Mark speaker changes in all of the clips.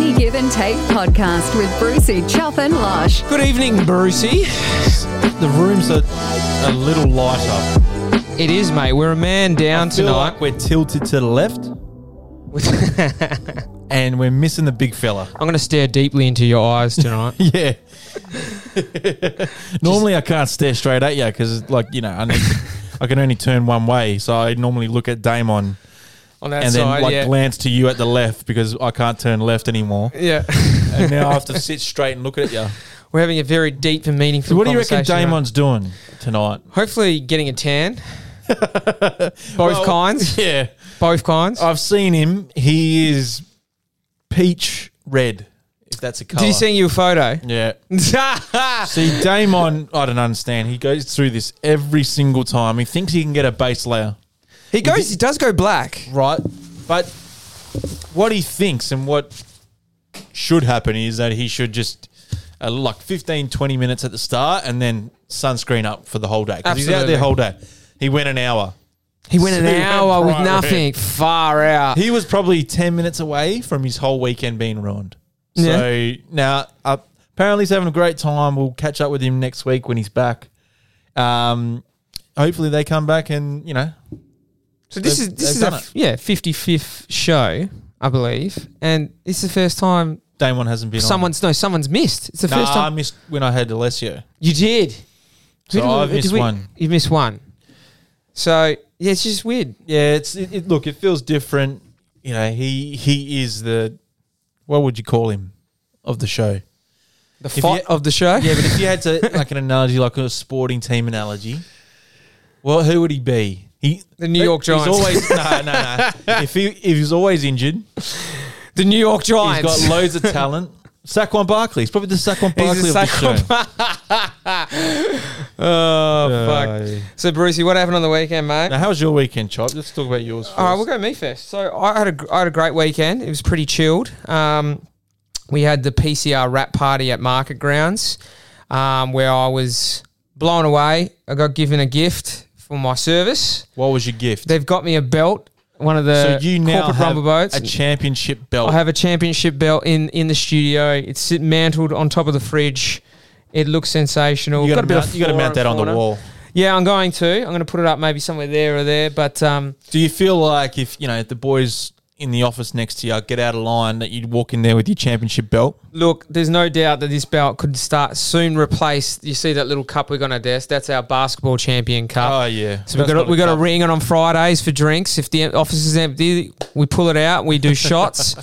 Speaker 1: Tape podcast with Brucey, Chuff, and Lush.
Speaker 2: Good evening, Brucey. The room's a, a little lighter.
Speaker 3: It is, mate. We're a man down
Speaker 2: Feel
Speaker 3: tonight.
Speaker 2: like we're tilted to the left and we're missing the big fella.
Speaker 3: I'm going to stare deeply into your eyes tonight.
Speaker 2: Yeah. normally I can't stare straight at you because, like, you know, I, need, I can only turn one way. So I normally look at Damon
Speaker 3: On that
Speaker 2: and then,
Speaker 3: side,
Speaker 2: like,
Speaker 3: yeah.
Speaker 2: glance to you at the left because I can't turn left anymore.
Speaker 3: yeah.
Speaker 2: And now I have to sit straight and look at you.
Speaker 3: We're having a very deep and meaningful
Speaker 2: So what do you reckon
Speaker 3: conversation,
Speaker 2: Damon's doing tonight?
Speaker 3: mate. Hopefully getting a tan. Both
Speaker 2: Well, Oh.
Speaker 3: kinds.
Speaker 2: Yeah.
Speaker 3: Both kinds.
Speaker 2: I've seen him. He is peach red, if that's a color.
Speaker 3: Did you send you a photo?
Speaker 2: Yeah. See, Damon, I don't understand. He goes through this every single time. He thinks he can get a base layer,
Speaker 3: he goes, he does go black.
Speaker 2: right? But what he thinks and what should happen is that he should just uh, like 15, 20 minutes at the start and then sunscreen up for the whole day. 'Cause he's out
Speaker 3: Absolutely.
Speaker 2: there whole day. He went an hour.
Speaker 3: He went an
Speaker 2: See,
Speaker 3: hour with
Speaker 2: right.
Speaker 3: nothing. Far out.
Speaker 2: He was probably 10 minutes away from his whole weekend being ruined. So now, uh, apparently, he's having a great time. We'll catch up with him next week when he's back. Um, hopefully, they come back and, you know,
Speaker 3: So this
Speaker 2: They've-
Speaker 3: is this
Speaker 2: they've
Speaker 3: is a
Speaker 2: done
Speaker 3: f- yeah 55th show, I believe, and it's the first time
Speaker 2: Damon hasn't been on.
Speaker 3: someone's no someone's missed. It's the
Speaker 2: Nah,
Speaker 3: first
Speaker 2: I
Speaker 3: time
Speaker 2: missed when I had Alessio.
Speaker 3: you did.
Speaker 2: So
Speaker 3: Who did we-
Speaker 2: I've
Speaker 3: who did
Speaker 2: missed
Speaker 3: we-
Speaker 2: one.
Speaker 3: You missed one. So yeah, it's just weird.
Speaker 2: Yeah, it's it, it, look, it feels different. You know, he he is the, what would you call him, of the show?
Speaker 3: The
Speaker 2: you-
Speaker 3: fight of the show.
Speaker 2: Yeah, but if you had to like an analogy, like a sporting team analogy, well, who would he be? He
Speaker 3: The New York Giants.
Speaker 2: He's always no, no, no. If he if he's always injured,
Speaker 3: the New York
Speaker 2: he's
Speaker 3: Giants.
Speaker 2: got loads of talent. Saquon Barkley. He's probably the Saquon Barkley
Speaker 3: He's
Speaker 2: of
Speaker 3: a
Speaker 2: the
Speaker 3: Saquon
Speaker 2: show.
Speaker 3: oh fuck.
Speaker 2: Uh,
Speaker 3: So Brucey, what happened on the weekend, mate?
Speaker 2: now, how was your weekend, Chop? Let's talk about yours. First.
Speaker 3: All right, we'll go me first. So I had a gr- I had a great weekend. It was pretty chilled. Um, we had the PCR wrap party at Market Grounds, um, where I was blown away. I got given a gift for my service.
Speaker 2: what was your gift?
Speaker 3: They've got me a belt, one of the
Speaker 2: so you now
Speaker 3: corporate
Speaker 2: have
Speaker 3: rumble boats.
Speaker 2: a championship belt.
Speaker 3: I have a championship belt in in the studio. It's sit- mantled on top of the fridge. It looks sensational.
Speaker 2: you got to
Speaker 3: Got a bit of
Speaker 2: mount, you gotta
Speaker 3: flora
Speaker 2: mount
Speaker 3: and
Speaker 2: that on the
Speaker 3: fauna.
Speaker 2: wall.
Speaker 3: Yeah, I'm going to. I'm going to put it up maybe somewhere there or there. But um,
Speaker 2: Do you feel like if you know if the boys in the office next to you get out of line that you'd walk in there with your championship belt?
Speaker 3: Look, there's no doubt that this belt could start soon replace. You see that little cup we got on our desk? That's our basketball champion cup.
Speaker 2: Oh yeah.
Speaker 3: So we
Speaker 2: That's
Speaker 3: got
Speaker 2: not
Speaker 3: a, we got a
Speaker 2: cup.
Speaker 3: ring on on Fridays for drinks. If the office is empty, we pull it out. We do shots.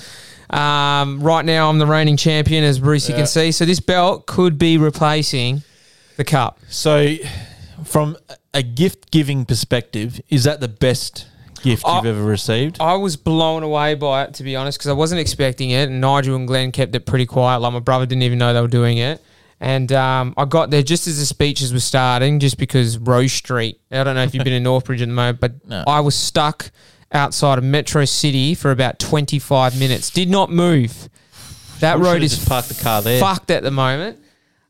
Speaker 3: um, right now, I'm the reigning champion, as Bruce you
Speaker 2: Yeah.
Speaker 3: can see. So this belt could be replacing the cup.
Speaker 2: So, from a gift giving perspective, is that the best gift you've
Speaker 3: I-
Speaker 2: ever received?
Speaker 3: I was blown away by it, to be honest, because I wasn't expecting it. And Nigel and Glenn kept it pretty quiet. Like, my brother didn't even know they were doing it. And um, I got there just as the speeches were starting, just because Rose Street. I don't know if you've been in Northbridge at the moment, but
Speaker 2: No.
Speaker 3: I was stuck outside of Metro City for about 25 minutes. Did not move. That
Speaker 2: We
Speaker 3: road
Speaker 2: should've
Speaker 3: is
Speaker 2: just parked the car there.
Speaker 3: fucked at the moment.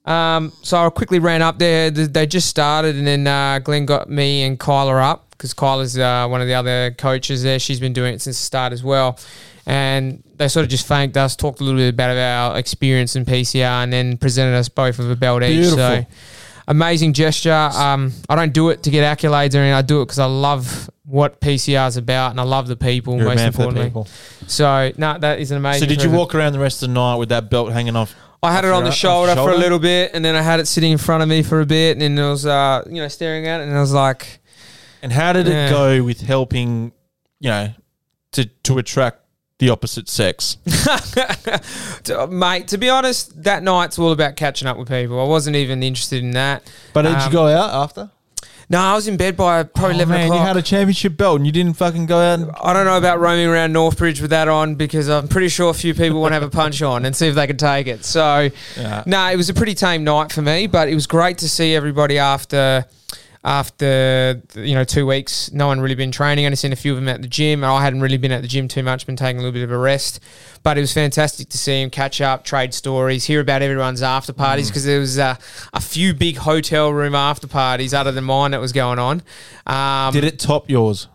Speaker 3: Um, so I quickly ran up there. Th- They just started, and then uh, Glenn got me and Kyla up because Kyla's uh, one of the other coaches there. She's been doing it since the start as well. And they sort of just thanked us, talked a little bit about our experience in PCR, and then presented us both with a belt each. So
Speaker 2: Beautiful.
Speaker 3: amazing gesture. Um, I don't do it to get accolades or anything. I do it because I love what PCR is about, and I love the people.
Speaker 2: You're a
Speaker 3: most
Speaker 2: man for the
Speaker 3: importantly,
Speaker 2: people.
Speaker 3: so no, that is an amazing.
Speaker 2: So, did you
Speaker 3: present.
Speaker 2: walk around the rest of the night with that belt hanging off?
Speaker 3: I had it
Speaker 2: Off
Speaker 3: on
Speaker 2: your-
Speaker 3: the
Speaker 2: off
Speaker 3: shoulder,
Speaker 2: your
Speaker 3: for a
Speaker 2: shoulder?
Speaker 3: little bit, and then I had it sitting in front of me for a bit, and then I was, uh, you know, staring at it, and I was like,
Speaker 2: And how did
Speaker 3: Yeah.
Speaker 2: it go with helping, you know, to, to attract the opposite sex?
Speaker 3: "D- uh, "Mate, to be honest, that night's all about catching up with people. I wasn't even interested in that.
Speaker 2: But did
Speaker 3: Um,
Speaker 2: you go out after?
Speaker 3: No, I was in bed by probably
Speaker 2: Oh,
Speaker 3: eleven
Speaker 2: man,
Speaker 3: o'clock.
Speaker 2: you had a championship belt and you didn't fucking go out. And,
Speaker 3: I don't know about roaming around Northbridge with that on because I'm pretty sure a few people want to have a punch on and see if they can take it. So,
Speaker 2: Yeah.
Speaker 3: no, it was a pretty tame night for me, but it was great to see everybody after. After you know two weeks, no one really been training. I only seen a few of them at the gym, and I hadn't really been at the gym too much. Been taking a little bit of a rest, but it was fantastic to see him catch up, trade stories, hear about everyone's after parties because there was uh, a few big hotel room after parties other than mine that was going on. Um,
Speaker 2: did it top yours?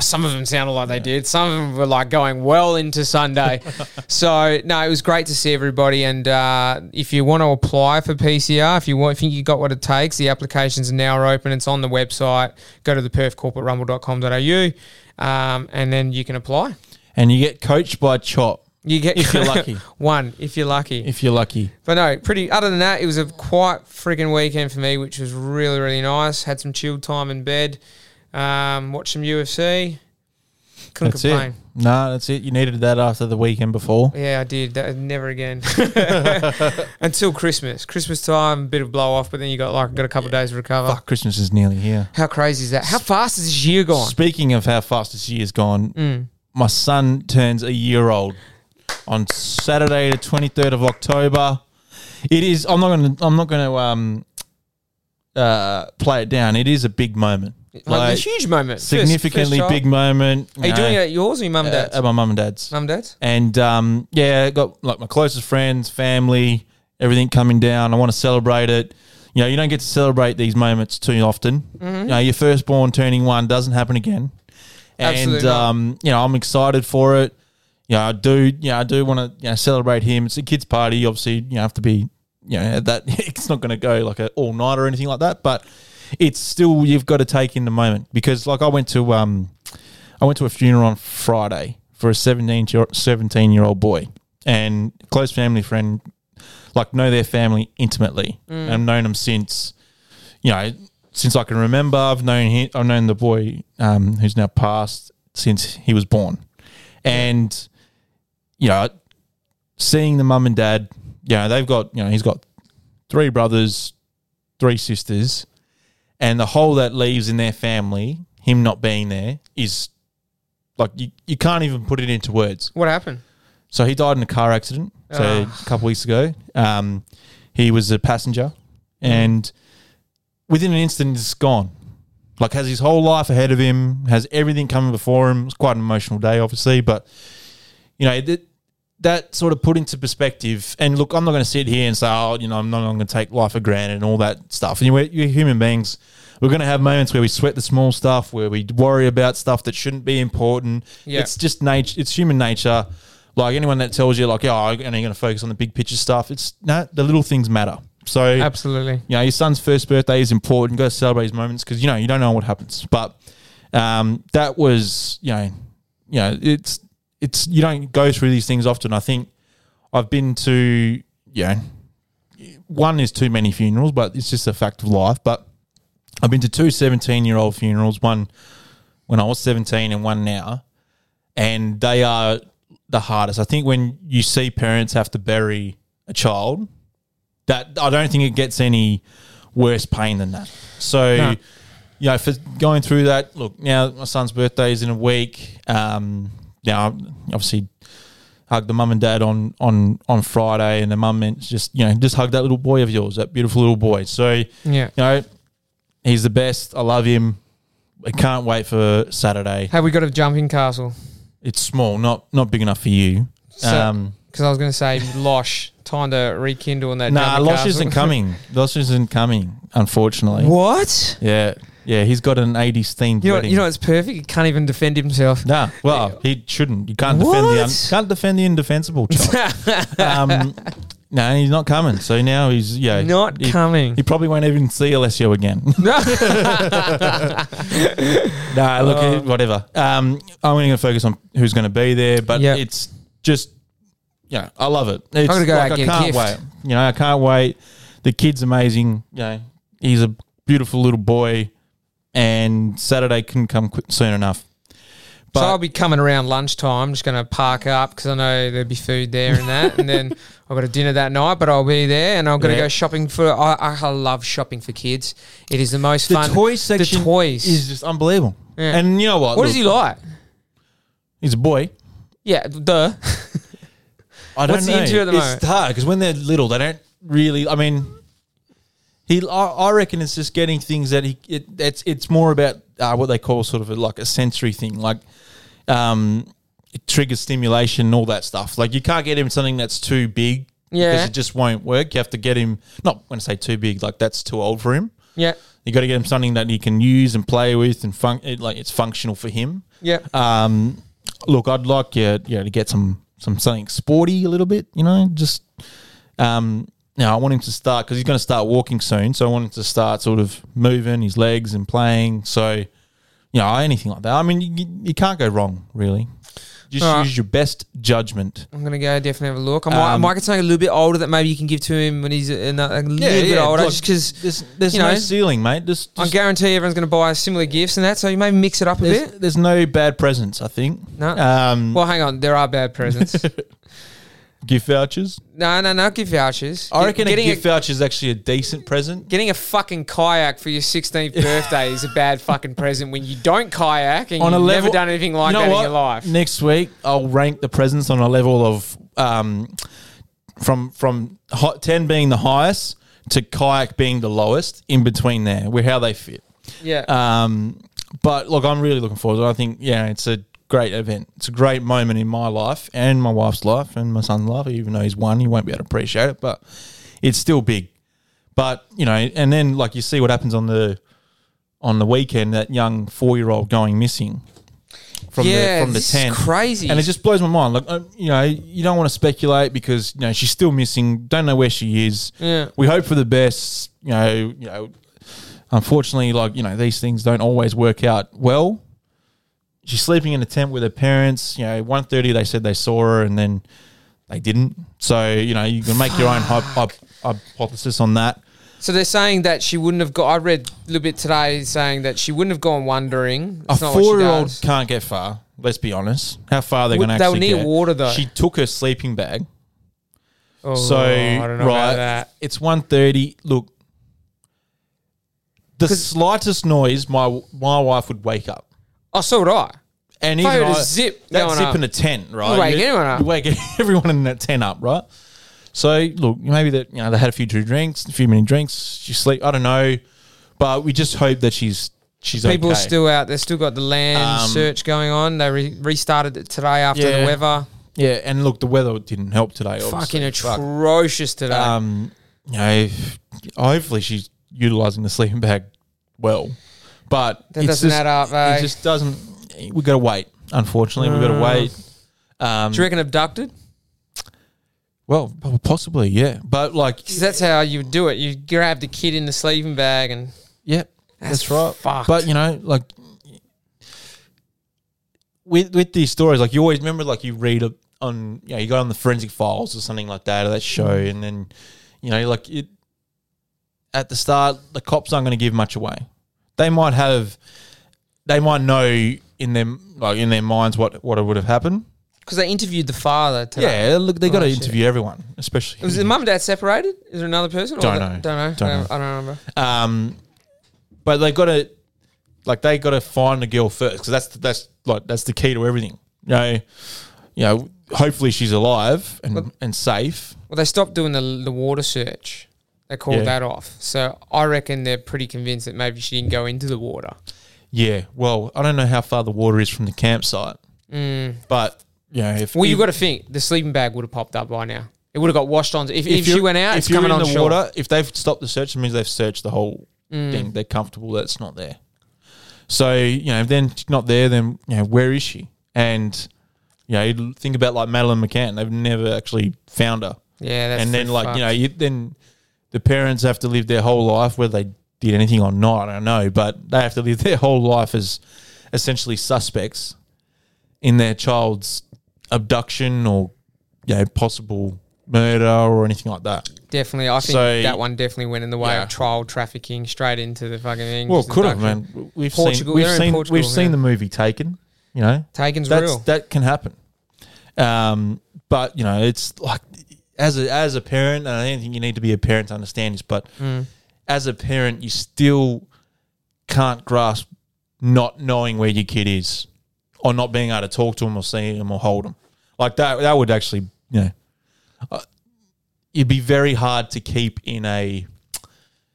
Speaker 3: some of them sounded like they did. Some of them were like going well into Sunday. so no, it was great to see everybody. And uh, if you want to apply for PCR, if you want, think you got what it takes, the applications are now open. It's on the website. Go to the perfcorporaterumble.com.au um, and then you can apply.
Speaker 2: And you get coached by Chop
Speaker 3: You get
Speaker 2: If you're lucky.
Speaker 3: one if you're lucky.
Speaker 2: if you're lucky.
Speaker 3: But no, pretty. Other than that, it was a quite friggin' weekend for me, which was really, really nice. Had some chilled time in bed, um, watched some UFC. Couldn't
Speaker 2: That's
Speaker 3: complain.
Speaker 2: it. No, that's it. You needed that after the weekend before.
Speaker 3: Yeah, I did. That, never again until Christmas. Christmas time, a bit of blow off, but then you got like got a couple of days to recover.
Speaker 2: Fuck, Christmas is nearly here.
Speaker 3: How crazy is that? How fast has this year gone?
Speaker 2: Speaking of how fast this year's gone,
Speaker 3: Mm.
Speaker 2: my son turns a year old on Saturday, the twenty third of October. It is. I'm not going to. I'm not going to um, uh, play it down. It is a big moment.
Speaker 3: Like, a huge moment. First-
Speaker 2: significantly
Speaker 3: first child.
Speaker 2: big moment. Uh,
Speaker 3: Are you doing it at yours or your mum and
Speaker 2: at,
Speaker 3: dad's?
Speaker 2: at my mum and dad's?
Speaker 3: mum and dad's.
Speaker 2: And um, yeah, got like my closest friends, family, everything coming down. I want to celebrate it. You know, you don't get to celebrate these moments too often.
Speaker 3: Mm-hmm.
Speaker 2: You know, your firstborn turning one doesn't happen again. And
Speaker 3: Absolutely not.
Speaker 2: um, you know, I'm excited for it. You know, I do. You know, I do want to you know, celebrate him. It's a kids' party. Obviously, you know, have to be. You know, that it's not going to go like an all night or anything like that. But it's still you've got to take in the moment because, like, I went to um, I went to a funeral on Friday for a 17 year, 17 year old boy and close family friend, like know their family intimately. And I've known them since, you know, since I can remember. I've known him, I've known the boy um, who's now passed since he was born. And, you know, seeing the mum and dad, you know, they've got, you know, he's got three brothers, three sisters, and the hole that leaves in their family, him not being there, is like you, you can't even put it into words.
Speaker 3: What happened?
Speaker 2: So he died in a car accident. So a couple weeks ago, um, he was a passenger, and within an instant, it's gone. Like has his whole life ahead of him, has everything coming before him. It's quite an emotional day, obviously, but you know that that sort of put into perspective. And look, I'm not going to sit here and say, oh, you know, I'm not going to take life for granted and all that stuff. And you're, you're human beings. We're going to have moments where we sweat the small stuff, where we worry about stuff that shouldn't be important.
Speaker 3: Yeah.
Speaker 2: It's just nature. It's human nature. Like anyone that tells you, like, oh, I'm only going to focus on the big picture stuff. It's no, the little things matter. So
Speaker 3: Absolutely.
Speaker 2: you know, your son's first birthday is important. Go celebrate his moments because you know you don't know what happens. But um, that was, you know, you know, it's it's you don't go through these things often. I think I've been to, you know, one is too many funerals, but it's just a fact of life. But I've been to two 17 year old funerals, one when I was 17 and one now, and they are the hardest. I think when you see parents have to bury a child, that I don't think it gets any worse pain than that. So,
Speaker 3: No.
Speaker 2: you know, for going through that, look, now my son's birthday is in a week. Um, now, obviously, hugged the mum and dad on on on Friday, and the mum meant just you know just hug that little boy of yours, that beautiful little boy. So, you
Speaker 3: Yeah.
Speaker 2: know, he's the best. I love him. I can't wait for Saturday.
Speaker 3: Have we got a jumping castle?
Speaker 2: It's small, not not big enough for you.
Speaker 3: So-
Speaker 2: um,
Speaker 3: Because I was going to say, Losh, time to rekindle on that.
Speaker 2: nah,
Speaker 3: jumping
Speaker 2: Losh
Speaker 3: castle.
Speaker 2: isn't coming. Losh isn't coming, unfortunately.
Speaker 3: What?
Speaker 2: Yeah, yeah, he's got an '80s themed
Speaker 3: You know,
Speaker 2: wedding.
Speaker 3: you know, it's perfect. He can't even defend himself.
Speaker 2: nah, well, he shouldn't. You can't defend the un-
Speaker 3: What?
Speaker 2: can't defend the indefensible. Child. um, no, he's not coming. So now he's yeah
Speaker 3: Not
Speaker 2: he,
Speaker 3: coming.
Speaker 2: He probably won't even see Alessio again. nah, look, whatever. Um, I'm only going to focus on who's going to be there, but
Speaker 3: Yeah.
Speaker 2: it's just, yeah, I love it. It's
Speaker 3: gonna go out and
Speaker 2: I
Speaker 3: get a
Speaker 2: can't
Speaker 3: gift.
Speaker 2: wait. You know, I can't wait. The kid's amazing. You know, he's a beautiful little boy, and Saturday couldn't come quick, soon enough. But
Speaker 3: so I'll be coming around lunchtime. just going to park up because I know there'll be food there and that. and then I've got a dinner that night, but I'll be there and I'm going to
Speaker 2: Yeah.
Speaker 3: go shopping for. I, I love shopping for kids. It is the most
Speaker 2: the
Speaker 3: fun.
Speaker 2: toy section
Speaker 3: The toys.
Speaker 2: is just unbelievable.
Speaker 3: Yeah.
Speaker 2: And you know what?
Speaker 3: what is he like?
Speaker 2: He's a boy.
Speaker 3: Yeah, duh.
Speaker 2: I don't
Speaker 3: What's he
Speaker 2: know.
Speaker 3: into at the
Speaker 2: it's
Speaker 3: moment?
Speaker 2: hard because when they're little, they don't really. I mean, he. I, I reckon it's just getting things that he. It, it's it's more about uh, what they call sort of a, like a sensory thing, like um, it triggers stimulation and all that stuff. Like you can't get him something that's too big
Speaker 3: Yeah.
Speaker 2: because it just won't work. You have to get him not when I say too big, like that's too old for him.
Speaker 3: Yeah.
Speaker 2: You got to get him something that he can use and play with, and fun- it, like it's functional for him.
Speaker 3: Yeah.
Speaker 2: Um, look, I'd like you, you know, to get some some something sporty a little bit. You know, just um, now I want him to start because he's going to start walking soon. So I want him to start sort of moving his legs and playing. So you know, anything like that. I mean, you, you can't go wrong really. Just
Speaker 3: All right.
Speaker 2: use your best judgment.
Speaker 3: I'm gonna go definitely have a look. I might, I
Speaker 2: Um,
Speaker 3: might get something a little bit older that maybe you can give to him when he's a, a little bit older,
Speaker 2: look,
Speaker 3: just because
Speaker 2: there's, there's
Speaker 3: you
Speaker 2: no
Speaker 3: know,
Speaker 2: ceiling, mate. Just,
Speaker 3: I
Speaker 2: just-
Speaker 3: guarantee everyone's gonna buy similar gifts and that. So you maybe mix it up a
Speaker 2: there's,
Speaker 3: bit.
Speaker 2: there's no bad presents. I think.
Speaker 3: No.
Speaker 2: Um,
Speaker 3: Well, hang on, there are bad presents.
Speaker 2: gift vouchers.
Speaker 3: no, no, no, give vouchers.
Speaker 2: I reckon
Speaker 3: getting
Speaker 2: a gift voucher is actually a decent present.
Speaker 3: Getting a fucking kayak for your 16th birthday is a bad fucking present when you don't kayak and you've never done anything like
Speaker 2: You know
Speaker 3: that
Speaker 2: what?
Speaker 3: in your life.
Speaker 2: Next week, I'll rank the presents on a level of um, from from hot ten being the highest to kayak being the lowest. In between there, where how they fit.
Speaker 3: Yeah.
Speaker 2: Um, but look, I'm really looking forward to it. I think yeah, it's a great event. It's a great moment in my life and my wife's life and my son's life. Even though he's one, he won't be able to appreciate it, but it's still big. But you know, and then like you see what happens on the on the weekend, that young four year old going missing from
Speaker 3: yeah,
Speaker 2: the from the
Speaker 3: this
Speaker 2: tent.
Speaker 3: is crazy.
Speaker 2: And it just blows my mind. Like, um, you know, you don't want to speculate because you know she's still missing. Don't know where she is.
Speaker 3: Yeah.
Speaker 2: We hope for the best. You know, you know. Unfortunately, like you know, these things don't always work out well. She's sleeping in a tent with her parents. You know, one thirty they said they saw her, and then they didn't. So you know, you can make your own hyp- hyp- hypothesis on that.
Speaker 3: so they're saying that she wouldn't have got. I read a little bit today saying that she wouldn't have gone wandering. It's
Speaker 2: a
Speaker 3: not what she
Speaker 2: four-year-old
Speaker 3: does.
Speaker 2: can't get far. Let's be honest. How far they're
Speaker 3: Would-
Speaker 2: going to
Speaker 3: they were
Speaker 2: actually
Speaker 3: near
Speaker 2: get?
Speaker 3: water, though.
Speaker 2: She took her sleeping bag.
Speaker 3: Oh,
Speaker 2: So
Speaker 3: I don't know
Speaker 2: right,
Speaker 3: about that.
Speaker 2: it's 1.30. Look, the
Speaker 3: 'Cause-
Speaker 2: slightest noise, my my wife would wake up,
Speaker 3: Oh, so would I.
Speaker 2: and
Speaker 3: If I
Speaker 2: even
Speaker 3: heard a
Speaker 2: I-
Speaker 3: zip
Speaker 2: that
Speaker 3: going
Speaker 2: zip
Speaker 3: up,
Speaker 2: in a tent, right?
Speaker 3: I'd wake anyone up.
Speaker 2: you wake everyone in that tent up, right? So look, maybe that you know they had a few two drinks, a few many drinks. She sleep. I don't know, but we just hope that she's she's
Speaker 3: people are
Speaker 2: okay.
Speaker 3: still out. They've still got the land
Speaker 2: Um,
Speaker 3: search going on. They re- restarted it today after the
Speaker 2: Yeah.
Speaker 3: weather.
Speaker 2: yeah, and look, the weather didn't help today.
Speaker 3: Fucking
Speaker 2: Obviously. Fuck.
Speaker 3: atrocious today.
Speaker 2: um, you know, hopefully she's utilizing the sleeping bag well, but
Speaker 3: That
Speaker 2: it's
Speaker 3: doesn't
Speaker 2: just-
Speaker 3: add up, eh? Mm.
Speaker 2: It just doesn't. We got to wait. Unfortunately, we got to wait. Um,
Speaker 3: Do you reckon abducted?
Speaker 2: well, po- possibly, yeah, but like,
Speaker 3: 'Cause that's how you do it. You grab the kid in the sleeping bag and
Speaker 2: yeah,
Speaker 3: That's
Speaker 2: that's, right.
Speaker 3: fucked.
Speaker 2: But you know, like. With, with these stories, like you always remember, like you read a- on, you know, you go on the forensic files or something like that, or that show,
Speaker 3: Mm.
Speaker 2: and then, you know, like it, at the start, the cops aren't going to give much away. They might have, they might know in their like in their minds what what would have happened.
Speaker 3: because they interviewed the father today.
Speaker 2: Yeah, look, they got to
Speaker 3: Oh, shit.
Speaker 2: interview everyone, especially.
Speaker 3: Was the mum and dad separated? Is there another person?
Speaker 2: Don't
Speaker 3: the-
Speaker 2: know.
Speaker 3: Don't know.
Speaker 2: Don't
Speaker 3: I,
Speaker 2: know.
Speaker 3: I don't remember.
Speaker 2: Um, but they got to, like, they got to find the girl first because that's that's like that's the key to everything. You know, you know. Hopefully she's alive and, and safe.
Speaker 3: Well, they stopped doing the the water search. They called
Speaker 2: Yeah.
Speaker 3: that off. So I reckon they're pretty convinced that maybe she didn't go into the water.
Speaker 2: Yeah. Well, I don't know how far the water is from the campsite, but you know, if
Speaker 3: Mm. Well, you
Speaker 2: if-
Speaker 3: got to think the sleeping bag would have popped up by now. It would have got washed on. If, if, she
Speaker 2: you're-
Speaker 3: went out,
Speaker 2: if
Speaker 3: it's
Speaker 2: you're
Speaker 3: coming
Speaker 2: in
Speaker 3: on
Speaker 2: the
Speaker 3: shore.
Speaker 2: water, if they've stopped the search, it means they've searched the whole
Speaker 3: Mm.
Speaker 2: thing. They're comfortable that it's not there. So you know, if then it's not there, then you know, where is she? And you know, you think about like Madeline McCann. They've never actually found her.
Speaker 3: Yeah, that's
Speaker 2: and then
Speaker 3: pretty
Speaker 2: like
Speaker 3: fucked.
Speaker 2: you know, you, then the parents have to live their whole life whether they did anything or not. I don't know, but they have to live their whole life as essentially suspects in their child's abduction or you know possible murder or anything like that.
Speaker 3: definitely. I think
Speaker 2: So-
Speaker 3: that one definitely went in the way
Speaker 2: Yeah.
Speaker 3: of trial trafficking, straight into the fucking thing.
Speaker 2: Well,
Speaker 3: just
Speaker 2: could have,
Speaker 3: abduction.
Speaker 2: man. We've
Speaker 3: Portugal,
Speaker 2: seen, we've
Speaker 3: they're in
Speaker 2: seen,
Speaker 3: Portugal,
Speaker 2: we've seen
Speaker 3: yeah.
Speaker 2: the movie Taken. You know,
Speaker 3: Taken's
Speaker 2: that's
Speaker 3: real.
Speaker 2: that can happen. Um, but you know, it's like as a as a parent, and I don't think you need to be a parent to understand this, but
Speaker 3: Mm.
Speaker 2: as a parent, you still can't grasp not knowing where your kid is, or not being able to talk to him, or see him, or hold him. Like that, that would actually, you know, uh, it'd be very hard to keep in a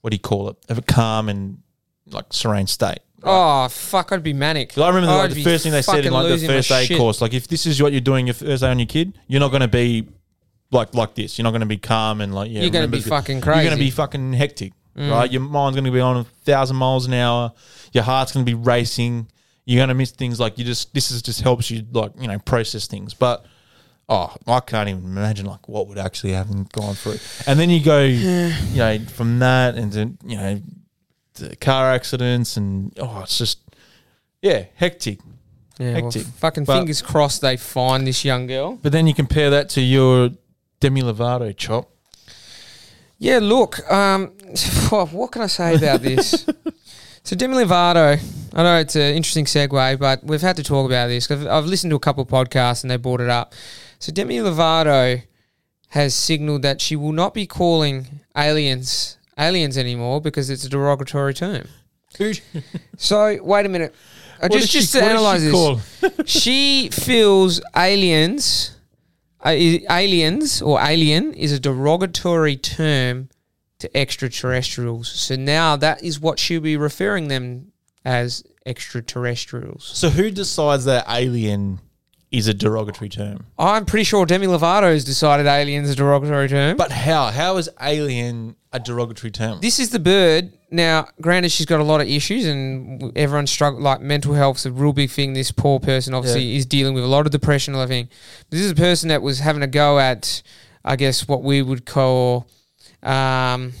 Speaker 2: what do you call it? Of a calm and like serene state.
Speaker 3: Oh fuck! I'd be manic.
Speaker 2: 'Cause I remember like,
Speaker 3: I'd
Speaker 2: the
Speaker 3: be
Speaker 2: first thing they said in
Speaker 3: fucking
Speaker 2: like the
Speaker 3: losing my
Speaker 2: first aid
Speaker 3: shit.
Speaker 2: course, like if this is what you're doing your first aid on your kid, you're not going to be like like this. You're not going to be calm and like yeah.
Speaker 3: You're gonna
Speaker 2: remember
Speaker 3: be
Speaker 2: the-
Speaker 3: fucking
Speaker 2: You're going
Speaker 3: crazy. Mm.
Speaker 2: to be fucking hectic. right? Your mind's going to be on a thousand miles an hour. Your heart's going to be racing. You're going to miss things like you just. This is just helps you like you know process things. But oh, I can't even imagine like what would actually haven't gone through. And then you go, you know, from that and then you know, to car accidents and oh, it's just yeah, hectic.
Speaker 3: Yeah, well,
Speaker 2: Hectic.
Speaker 3: fucking
Speaker 2: But-
Speaker 3: fingers crossed they find this young girl.
Speaker 2: But then you compare that to your Demi Lovato chop.
Speaker 3: Yeah, look, um, what can I say about this? so Demi Lovato, I know it's an interesting segue, but we've had to talk about this. 'cause I've, I've listened to a couple of podcasts and they brought it up. So Demi Lovato has signaled that she will not be calling aliens aliens anymore because it's a derogatory term. So wait a minute. Uh,
Speaker 2: What
Speaker 3: just
Speaker 2: did
Speaker 3: just
Speaker 2: she-
Speaker 3: to
Speaker 2: what did she
Speaker 3: analyze this.
Speaker 2: call?
Speaker 3: she feels aliens uh, i- aliens or alien is a derogatory term to extraterrestrials so now that is what she'll be referring them as extraterrestrials
Speaker 2: So who decides that alien is a derogatory term?
Speaker 3: i'm pretty sure demi lovato's decided aliens is a derogatory term
Speaker 2: But how? How is alien a derogatory term?
Speaker 3: This is the bird. Now, granted, she's got a lot of issues, and everyone struggle. Like mental health's a real big thing. This poor person obviously is dealing with a lot of depression and everything. This is a person that was having a go at, I guess, what we would call, um,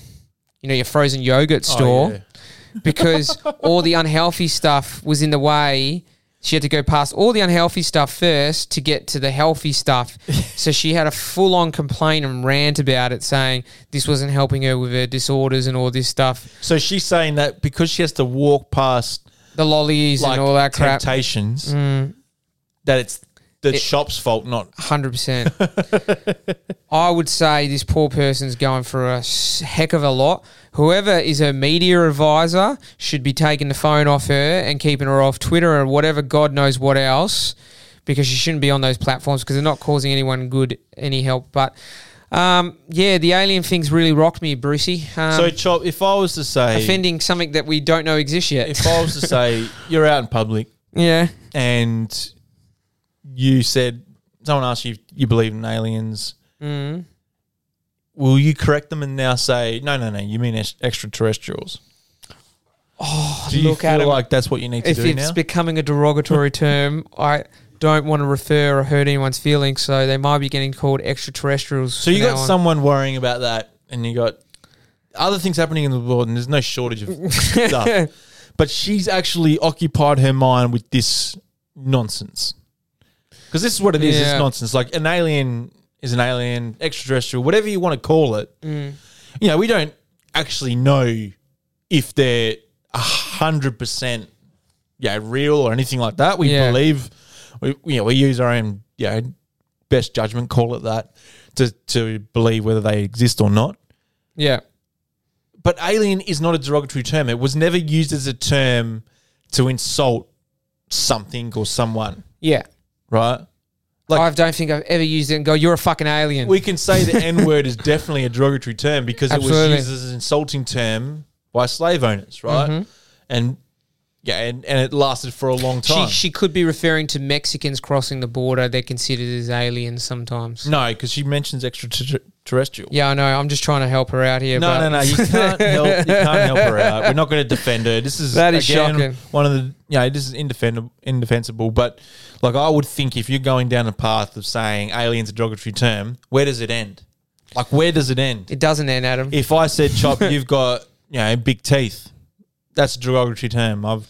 Speaker 3: you know, your frozen yogurt
Speaker 2: Oh,
Speaker 3: store
Speaker 2: yeah.
Speaker 3: because all the unhealthy stuff was in the way. She had to go past all the unhealthy stuff first to get to the healthy stuff. so she had a full on complaint and rant about it, saying this wasn't helping her with her disorders and all this stuff,
Speaker 2: So she's saying that because she has to walk past
Speaker 3: the lollies
Speaker 2: like
Speaker 3: and all that crap. Mm.
Speaker 2: temptations, that it's the shop's fault, not
Speaker 3: 100%. I would say this poor person's going for a s- heck of a lot. Whoever is her media advisor should be taking the phone off her and keeping her off Twitter or whatever, God knows what else, because she shouldn't be on those platforms because they're not causing anyone good any help. But um, yeah, the alien thing's really rocked me, Brucey. Um,
Speaker 2: so chop. If I was to say,
Speaker 3: offending something that we don't know exists yet.
Speaker 2: if I was to say, you're out in public
Speaker 3: yeah.
Speaker 2: and you said someone asked you if you believe in aliens,
Speaker 3: Mm.
Speaker 2: will you correct them and now say, no, no, no, you mean ex- extraterrestrials? Oh, Do you
Speaker 3: look
Speaker 2: feel
Speaker 3: at 'em.
Speaker 2: like that's what you need to
Speaker 3: if
Speaker 2: do
Speaker 3: it's
Speaker 2: now?
Speaker 3: becoming a derogatory term, I don't want to refer or hurt anyone's feelings, so they might be getting called extraterrestrials.
Speaker 2: So you
Speaker 3: from
Speaker 2: got
Speaker 3: now on.
Speaker 2: someone worrying about that, and you got other things happening in the world, and there's no shortage of stuff. But she's actually occupied her mind with this nonsense. Because this is what it is.
Speaker 3: Yeah.
Speaker 2: It's nonsense. Like an alien is an alien, extraterrestrial, whatever you want to call it.
Speaker 3: Mm.
Speaker 2: You know, we don't actually know if they're a hundred percent, yeah, real or anything like that. We
Speaker 3: Yeah.
Speaker 2: believe, we you know, we use our own, you know, best judgment, call it that, to to believe whether they exist or not.
Speaker 3: yeah,
Speaker 2: But alien is not a derogatory term. It was never used as a term to insult something or someone,
Speaker 3: yeah.
Speaker 2: right? Like-
Speaker 3: I don't think I've ever used it and go, "You're a fucking alien."
Speaker 2: We can say the N word is definitely a derogatory term because it
Speaker 3: Absolutely.
Speaker 2: was used as an insulting term by slave owners, right?
Speaker 3: Mm-hmm.
Speaker 2: And yeah, and, and it lasted for a long
Speaker 3: she
Speaker 2: time.
Speaker 3: she could be referring to Mexicans crossing the border. They're considered as aliens sometimes.
Speaker 2: no, because she mentions extraterrestrial.
Speaker 3: Yeah, I know. I'm just trying to help her out here.
Speaker 2: No,
Speaker 3: but
Speaker 2: no, no. You can't help. You can't help her out. We're not going to defend her. This is
Speaker 3: That is
Speaker 2: again,
Speaker 3: shocking.
Speaker 2: One of the you know this is indefendable, indefensible. But like I would think, if you're going down the path of saying aliens a derogatory term, where does it end? Like where does it end?
Speaker 3: It doesn't end, Adam.
Speaker 2: If I said chop, you've got you know big teeth. That's a derogatory term. I've,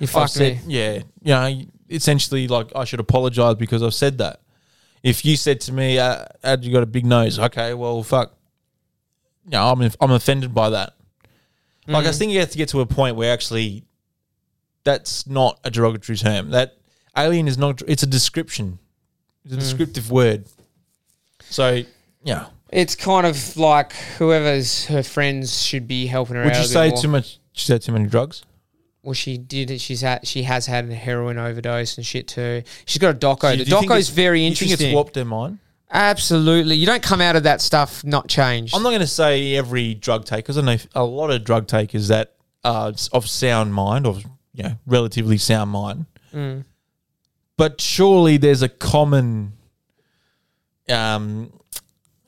Speaker 3: you
Speaker 2: I've
Speaker 3: fuck
Speaker 2: said
Speaker 3: me.
Speaker 2: yeah. You know, essentially like I should apologize because I've said that. If you said to me, uh, "Ad, you got a big nose," okay, well, fuck. No, I'm I'm offended by that. Like
Speaker 3: Mm.
Speaker 2: I think you have to get to a point where actually that's not a derogatory term. That alien is not it's a description. It's a
Speaker 3: Mm.
Speaker 2: descriptive word. So yeah.
Speaker 3: It's kind of like whoever's her friends should be helping her
Speaker 2: Would
Speaker 3: out.
Speaker 2: you
Speaker 3: a bit
Speaker 2: say
Speaker 3: more.
Speaker 2: too much she said too many drugs?
Speaker 3: Well, she did. it. She's had. She has had a heroin overdose and shit too. She's got a doco.
Speaker 2: Do you-
Speaker 3: the
Speaker 2: do you think
Speaker 3: doco's
Speaker 2: it's-
Speaker 3: very
Speaker 2: you think
Speaker 3: interesting.
Speaker 2: it's warped their mind?
Speaker 3: Absolutely, you don't come out of that stuff not changed.
Speaker 2: I'm not going to say every drug taker, because I know a lot of drug takers that are of sound mind, or you know, relatively sound mind.
Speaker 3: Mm.
Speaker 2: But surely there's a common, um,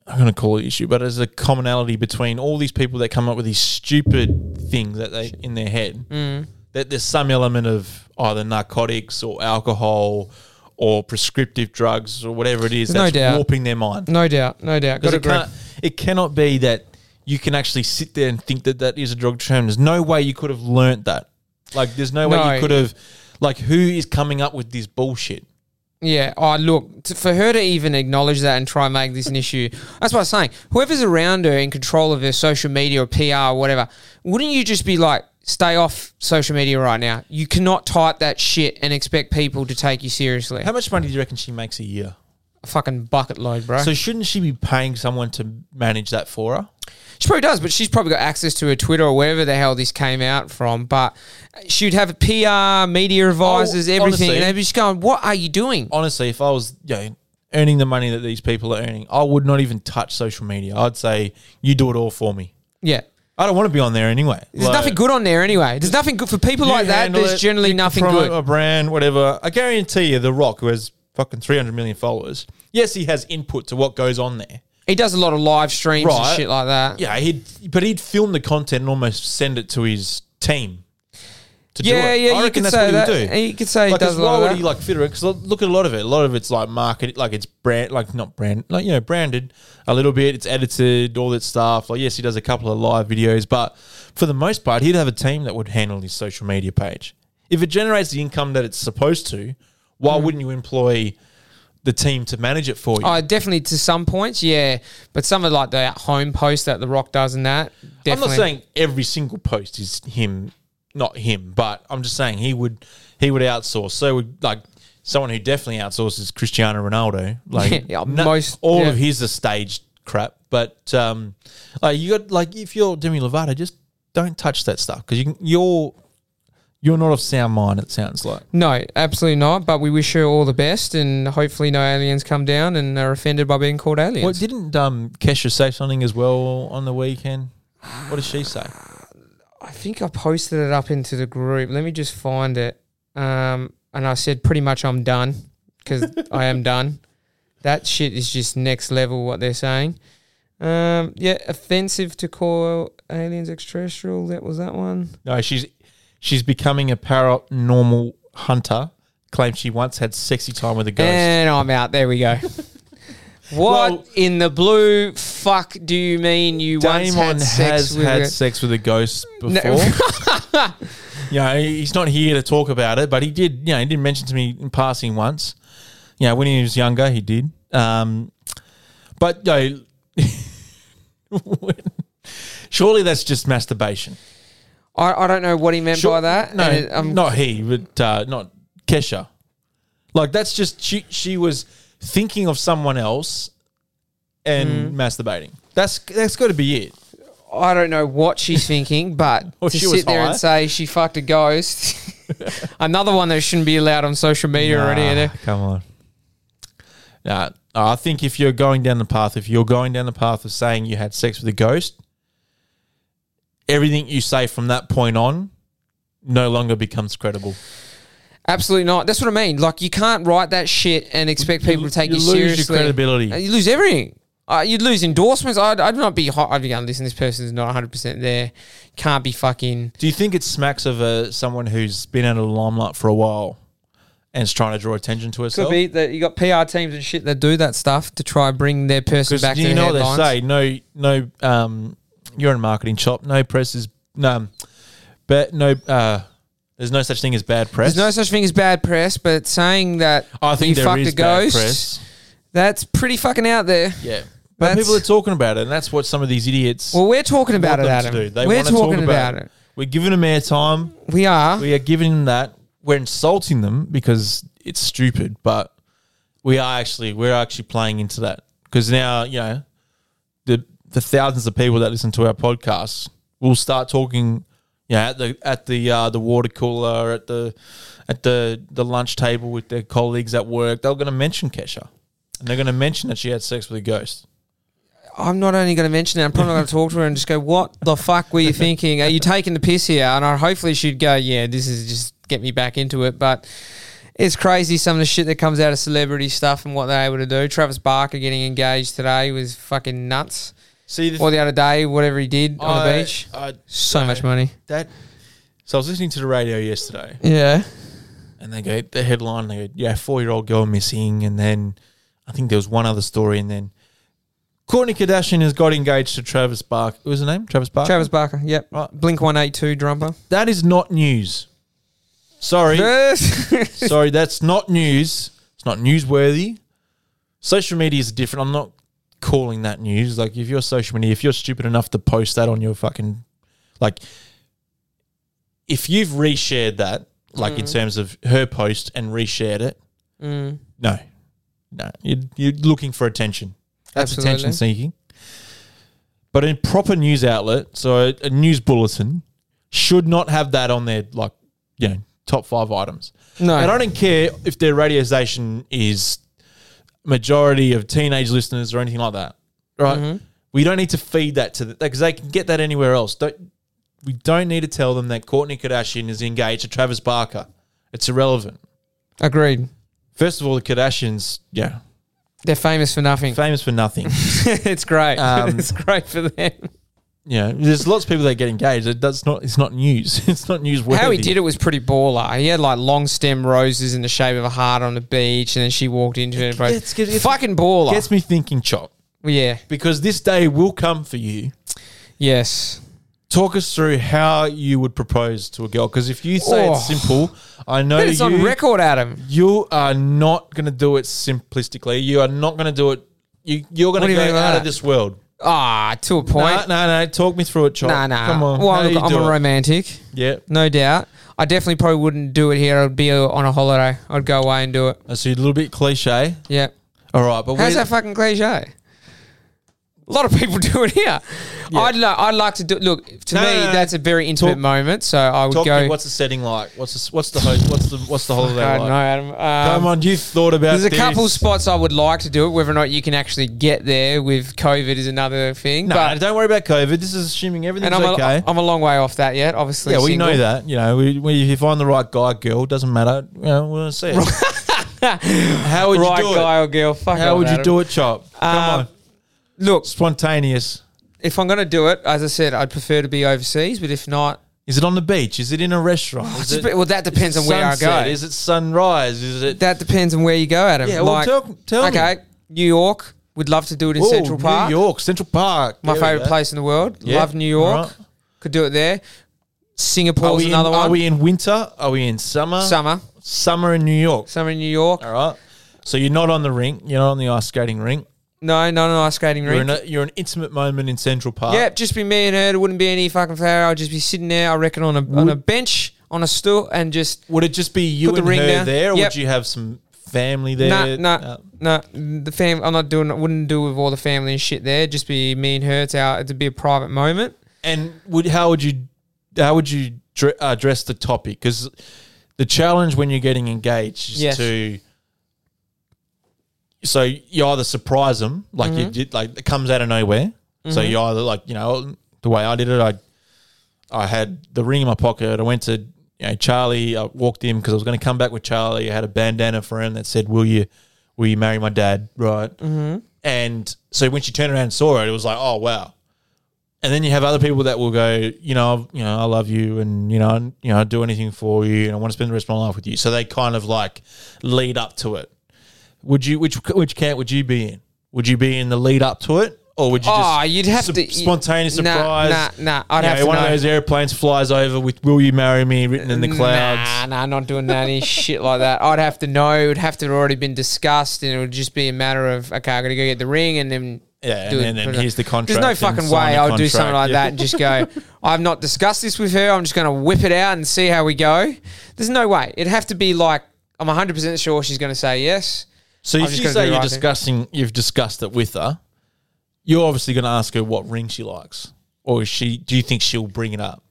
Speaker 2: I'm going to call it issue, but as a commonality between all these people that come up with these stupid things that they in their head.
Speaker 3: Mm.
Speaker 2: That there's some element of either narcotics or alcohol or prescriptive drugs or whatever it is
Speaker 3: No
Speaker 2: that's
Speaker 3: doubt.
Speaker 2: warping their mind.
Speaker 3: No doubt, no doubt.
Speaker 2: Because
Speaker 3: Got to
Speaker 2: it,
Speaker 3: agree.
Speaker 2: can't, it cannot be that you can actually sit there and think that that is a drug term. There's no way you could have learnt that. Like, there's no, way
Speaker 3: No.
Speaker 2: you could have. Like, who is coming up with this bullshit?
Speaker 3: Yeah. Oh, look, t- for her to even acknowledge that and try and make this an issue, that's what I'm saying. Whoever's around her in control of her social media or PR or whatever, wouldn't you just be like, stay off social media right now? You cannot type that shit and expect people to take you seriously.
Speaker 2: How much money do you reckon she makes a year?
Speaker 3: Fucking bucket load, bro.
Speaker 2: So shouldn't she be paying someone to manage that for her?
Speaker 3: She probably does, but she's probably got access to her Twitter or wherever the hell this came out from. But she'd have PR, media advisors,
Speaker 2: Oh,
Speaker 3: everything.
Speaker 2: honestly-
Speaker 3: and they'd be just going, What are you doing?
Speaker 2: Honestly, if I was you know, earning the money that these people are earning, I would not even touch social media. I'd say you do it all for me.
Speaker 3: Yeah.
Speaker 2: I don't want to be on there anyway.
Speaker 3: There's
Speaker 2: Like,
Speaker 3: nothing good on there anyway. There's nothing good for people
Speaker 2: you
Speaker 3: like that.
Speaker 2: handle
Speaker 3: There's
Speaker 2: it,
Speaker 3: generally
Speaker 2: you
Speaker 3: nothing
Speaker 2: promote
Speaker 3: good.
Speaker 2: A brand, whatever. I guarantee you, The Rock, who has fucking 300 million followers, yes, he has input to what goes on there.
Speaker 3: He does a lot of live streams
Speaker 2: Right.
Speaker 3: and shit like that.
Speaker 2: Yeah, he'd, but he'd film the content and almost send it to his team. To
Speaker 3: yeah,
Speaker 2: do it. I
Speaker 3: yeah. You
Speaker 2: reckon
Speaker 3: could
Speaker 2: that's
Speaker 3: say
Speaker 2: what he would
Speaker 3: that.
Speaker 2: do.
Speaker 3: You could say he
Speaker 2: like,
Speaker 3: does
Speaker 2: 'cause
Speaker 3: a
Speaker 2: why
Speaker 3: lot
Speaker 2: would
Speaker 3: of
Speaker 2: he
Speaker 3: that.
Speaker 2: like fit it? Because look at a lot of it. A lot of it's like market, like it's brand, like not brand, like you know, branded a little bit. It's edited, all that stuff. Like yes, he does a couple of live videos, but for the most part, he'd have a team that would handle his social media page. If it generates the income that it's supposed to, why
Speaker 3: Hmm.
Speaker 2: wouldn't you employ the team to manage it for you?
Speaker 3: Oh, definitely to some points, yeah. But some of like the home posts that The Rock does and that. Definitely.
Speaker 2: I'm not saying every single post is him, not him, but I'm just saying he would he would outsource. So would like someone who definitely outsources Cristiano Ronaldo. Like
Speaker 3: Yeah, most-
Speaker 2: all
Speaker 3: yeah.
Speaker 2: of his is staged crap. But um, like you got like if you're Demi Lovato, just don't touch that stuff because you can, you're you're not of sound mind. It sounds like
Speaker 3: No, absolutely not. But we wish her all the best, and hopefully, no aliens come down and are offended by being called aliens.
Speaker 2: Well, didn't um, Kesha say something as well on the weekend? What did she say?
Speaker 3: I think I posted it up into the group. Let me just find it. Um, and I said pretty much I'm done because I am done. That shit is just next level what they're saying. Um, yeah, offensive to call aliens extraterrestrial. That was that one.
Speaker 2: No, she's she's becoming a paranormal hunter. Claims she once had sexy time with a ghost.
Speaker 3: And I'm out. There we go. what
Speaker 2: Well-
Speaker 3: in the blue fuck do you mean you once
Speaker 2: Damon
Speaker 3: had sex
Speaker 2: has
Speaker 3: with
Speaker 2: had
Speaker 3: a-
Speaker 2: sex with a ghost
Speaker 3: No.
Speaker 2: before. you know, he's not here to talk about it, but he did. You know, he did mention to me in passing once. You know, when he was younger, he did. Um, but you know, surely that's just masturbation.
Speaker 3: I, I don't know what he meant by that.
Speaker 2: No,
Speaker 3: and it- um, I'm-
Speaker 2: not he, but uh, not Kesha. Like that's just she. She was thinking of someone else
Speaker 3: Hmm.
Speaker 2: and masturbating. That's that's got to be it.
Speaker 3: I don't know what she's thinking, but
Speaker 2: Or
Speaker 3: to
Speaker 2: she was
Speaker 3: sit there
Speaker 2: high.
Speaker 3: and say she fucked a ghost, another one that shouldn't be allowed on social media or any of that.
Speaker 2: come on. Nah, I think if you're going down the path, if you're going down the path of saying you had sex with a ghost, everything you say from that point on no longer becomes credible.
Speaker 3: Absolutely not. That's what I mean. Like you can't write that shit and expect people to take you,
Speaker 2: you lose your
Speaker 3: seriously.
Speaker 2: credibility.
Speaker 3: Uh, You lose everything. Uh, you'd lose endorsements. I'd, I'd not be. Hot. I'd be going. Listen, this person's not 100 percent there. Can't be fucking.
Speaker 2: Do you think it smacks of a someone who's been out of the limelight for a while and is trying to draw attention to
Speaker 3: Could
Speaker 2: herself?
Speaker 3: be that you got PR teams and shit that do that stuff to try and bring their person
Speaker 2: Because
Speaker 3: back.
Speaker 2: you
Speaker 3: to
Speaker 2: know
Speaker 3: the
Speaker 2: what
Speaker 3: headlines.
Speaker 2: they say? No, no. Um, you're in a marketing shop. No press is no, but no. Uh, there's no such thing as bad press.
Speaker 3: There's no such thing as bad press, but saying that
Speaker 2: I
Speaker 3: you
Speaker 2: think there
Speaker 3: fucked
Speaker 2: is
Speaker 3: a ghost,
Speaker 2: bad press.
Speaker 3: that's pretty fucking out there.
Speaker 2: Yeah, but
Speaker 3: That's-
Speaker 2: people are talking about it, and that's what some of these idiots
Speaker 3: Well, we're talking
Speaker 2: want
Speaker 3: about it,
Speaker 2: them
Speaker 3: Adam.
Speaker 2: to do. They
Speaker 3: we're
Speaker 2: want to
Speaker 3: talking
Speaker 2: talk
Speaker 3: about, it.
Speaker 2: We're giving them airtime.
Speaker 3: We are.
Speaker 2: We are giving them that. We're insulting them because it's stupid, but we are actually we're actually playing into that because now you know the the thousands of people that listen to our podcasts will start talking. Yeah, you know, at the at the uh, the water cooler, at the at the the lunch table with their colleagues at work, they're going to mention Kesha, and they're going to mention that she had sex with a ghost.
Speaker 3: I'm not only going to mention it. I'm probably going to talk to her and just go, "What the fuck were you thinking? Are you taking the piss here?" And I hopefully she'd go, "Yeah, this is just get me back into it." But it's crazy some of the shit that comes out of celebrity stuff and what they're able to do. Travis Barker getting engaged today was fucking nuts.
Speaker 2: See, the
Speaker 3: Or the other day, whatever he did on the beach. So much money.
Speaker 2: That. So I was listening to the radio yesterday,
Speaker 3: Yeah.
Speaker 2: and they go the headline. They go, "Yeah, four-year-old girl missing," and then I think there was one other story, and then Kourtney Kardashian has got engaged to Travis Barker. What was the name? Travis Barker.
Speaker 3: Travis Barker, yep.
Speaker 2: Right.
Speaker 3: Blink 182 drummer.
Speaker 2: That is not news. Sorry,
Speaker 3: Yes.
Speaker 2: sorry, that's not news. It's not newsworthy. Social media is different. I'm not calling that news. Like if you're social media, if you're stupid enough to post that on your fucking like if you've reshared that, like in terms of her post and reshared it,
Speaker 3: Mm.
Speaker 2: no. No. You're, you're looking for attention. That's
Speaker 3: Absolutely.
Speaker 2: attention seeking. But a proper news outlet, so a, a news bulletin, should not have that on their like, you know, top five items.
Speaker 3: No.
Speaker 2: And I don't care if their radio station is majority of teenage listeners or anything like that, right?
Speaker 3: Mm-hmm.
Speaker 2: We don't need to feed that to them because they can get that anywhere else. Don't, we don't need to tell them that Courtney Kardashian is engaged to Travis Barker. It's irrelevant.
Speaker 3: Agreed.
Speaker 2: First of all, the Kardashians, yeah,
Speaker 3: They're famous for nothing.
Speaker 2: famous for nothing.
Speaker 3: it's great.
Speaker 2: Um,
Speaker 3: it's great for them.
Speaker 2: Yeah, there's lots of people that get engaged. It- That's not. It's not news. It's not newsworthy.
Speaker 3: How he did it was pretty baller. He had like long stem roses in the shape of a heart on the beach, and then she walked into it. And broke.
Speaker 2: It's- it's-
Speaker 3: fucking baller.
Speaker 2: gets me thinking, Chop,
Speaker 3: yeah.
Speaker 2: because this day will come for you.
Speaker 3: Yes.
Speaker 2: Talk us through how you would propose to a girl. Because if you say it's
Speaker 3: Oh.
Speaker 2: simple, I know
Speaker 3: But it's
Speaker 2: you.
Speaker 3: on record, Adam.
Speaker 2: you are not going to do it simplistically. You are not going to do it. You, you're going
Speaker 3: What do
Speaker 2: to
Speaker 3: you
Speaker 2: go
Speaker 3: mean by
Speaker 2: out of
Speaker 3: that?
Speaker 2: this world.
Speaker 3: Ah, to a
Speaker 2: No,
Speaker 3: point.
Speaker 2: no, no. Talk me through it, Chop.
Speaker 3: Nah, nah.
Speaker 2: Come on. How
Speaker 3: Well,
Speaker 2: you
Speaker 3: look, I'm
Speaker 2: do
Speaker 3: a
Speaker 2: it?
Speaker 3: romantic,
Speaker 2: Yeah.
Speaker 3: no doubt. I definitely probably wouldn't do it here. I'd be uh, on a holiday. I'd go away and do it.
Speaker 2: So you're a little bit cliche.
Speaker 3: Yeah.
Speaker 2: All right, but
Speaker 3: How's
Speaker 2: where-
Speaker 3: that fucking cliche? A lot of people do it here. I'd li- I'd like to do. Look, to
Speaker 2: No,
Speaker 3: me,
Speaker 2: no, no.
Speaker 3: that's a very intimate
Speaker 2: Talk-
Speaker 3: moment. So I would
Speaker 2: Talk
Speaker 3: go.
Speaker 2: to me, what's the setting like? What's the, what's the host? What's the what's the holiday
Speaker 3: I
Speaker 2: like?
Speaker 3: don't know, Adam. Um,
Speaker 2: Come on, you thought about
Speaker 3: There's a
Speaker 2: this.
Speaker 3: couple spots I would like to do it. Whether or not you can actually get there with COVID is another thing.
Speaker 2: No,
Speaker 3: but
Speaker 2: don't worry about COVID. This is assuming everything's
Speaker 3: and I'm
Speaker 2: okay.
Speaker 3: a, I'm a long way off that yet. Obviously,
Speaker 2: yeah, we
Speaker 3: single.
Speaker 2: know that. You know, we, we, if you find the right guy, girl, doesn't matter. You know, we'll see it. How would
Speaker 3: Right,
Speaker 2: you do
Speaker 3: guy or girl? Fuck
Speaker 2: it? How
Speaker 3: off,
Speaker 2: would you
Speaker 3: Adam.
Speaker 2: do it, Chop?
Speaker 3: Um,
Speaker 2: Come on,
Speaker 3: Look,
Speaker 2: spontaneous.
Speaker 3: if I'm going to do it, as I said, I'd prefer to be overseas. But if not,
Speaker 2: Is it on the beach? Is it in a restaurant? Is
Speaker 3: just
Speaker 2: it-
Speaker 3: be- well, that depends on where I
Speaker 2: sunset?
Speaker 3: go.
Speaker 2: Is it sunrise? Is it
Speaker 3: that depends on where you go, Adam.
Speaker 2: Yeah, well, tell- tell me.
Speaker 3: okay, New York. Would love to do it in
Speaker 2: Ooh,
Speaker 3: Central Park.
Speaker 2: New York, Central Park.
Speaker 3: My
Speaker 2: There we
Speaker 3: favorite
Speaker 2: go.
Speaker 3: place in the world.
Speaker 2: Yeah,
Speaker 3: Love New York.
Speaker 2: alright.
Speaker 3: Could do it there.
Speaker 2: Are
Speaker 3: Singapore's
Speaker 2: we, in,
Speaker 3: another one.
Speaker 2: are we in winter? Are we in summer?
Speaker 3: Summer.
Speaker 2: Summer in New York.
Speaker 3: Summer in New York.
Speaker 2: All right. So you're not on the rink. You're not on the ice skating rink.
Speaker 3: No, not an ice skating
Speaker 2: You're in,
Speaker 3: rink.
Speaker 2: a, you're an intimate moment in Central Park.
Speaker 3: Yep, just be me and her. There wouldn't be any fucking flower. I'd just be sitting there, I reckon, on a on a bench, on a stool, and just
Speaker 2: Would it just be you
Speaker 3: Put the
Speaker 2: and
Speaker 3: ring
Speaker 2: her
Speaker 3: down.
Speaker 2: there, or
Speaker 3: Yep.
Speaker 2: would you have some family
Speaker 3: nah,
Speaker 2: there? Uh,
Speaker 3: nah, nah. The fam, I'm not doing. Wouldn't do with all the family and shit there. Just be me and her. It's our. It'd be a private moment.
Speaker 2: And would how would you how would you dr- uh, address the topic? Because the challenge when you're getting engaged is
Speaker 3: Yes.
Speaker 2: to so you either surprise them, like
Speaker 3: Mm-hmm.
Speaker 2: you did, like it comes out of nowhere. So you either like you know the way I did it, I I had the ring in my pocket. I went to you know Charlie. I walked in because I was going to come back with Charlie. I had a bandana for him that said, "Will you, will you marry my dad?" Right. Mm-hmm. And so when she turned around and saw it, it was like, "Oh wow." And then you have other people that will go, you know, you know, I love you, and you know, and, you know, I'd do anything for you, and I want to spend the rest of my life with you. So they kind of like lead up to it. Would you which which camp would you be in? Would you be in the lead up to it, or would you just
Speaker 3: oh, you'd have
Speaker 2: sup-
Speaker 3: to
Speaker 2: spontaneous
Speaker 3: nah,
Speaker 2: surprise?
Speaker 3: Nah, nah. I'd
Speaker 2: You
Speaker 3: have
Speaker 2: know,
Speaker 3: to
Speaker 2: one
Speaker 3: know.
Speaker 2: of those airplanes flies over with "Will you marry me?" written in the clouds.
Speaker 3: Nah, nah, not doing any shit like that. I'd have to know. It would have to have already been discussed, and it would just be a matter of okay, I'm gonna go get the ring, and then
Speaker 2: Yeah,
Speaker 3: do
Speaker 2: and then-
Speaker 3: it, put
Speaker 2: and
Speaker 3: it on.
Speaker 2: here's the
Speaker 3: There's
Speaker 2: contract
Speaker 3: no
Speaker 2: and
Speaker 3: fucking
Speaker 2: sign
Speaker 3: way
Speaker 2: the
Speaker 3: I'll do something like
Speaker 2: contract.
Speaker 3: that and just go. I've not discussed this with her. I'm just gonna whip it out and see how we go. There's no way. It'd have to be like I'm 100 percent sure she's gonna say yes.
Speaker 2: So
Speaker 3: I'm
Speaker 2: if
Speaker 3: just
Speaker 2: you
Speaker 3: gonna
Speaker 2: say
Speaker 3: do the
Speaker 2: you're
Speaker 3: right thing.
Speaker 2: discussing, you've discussed it with her, you're obviously going to ask her what ring she likes, or is she? Do you think she'll bring it up?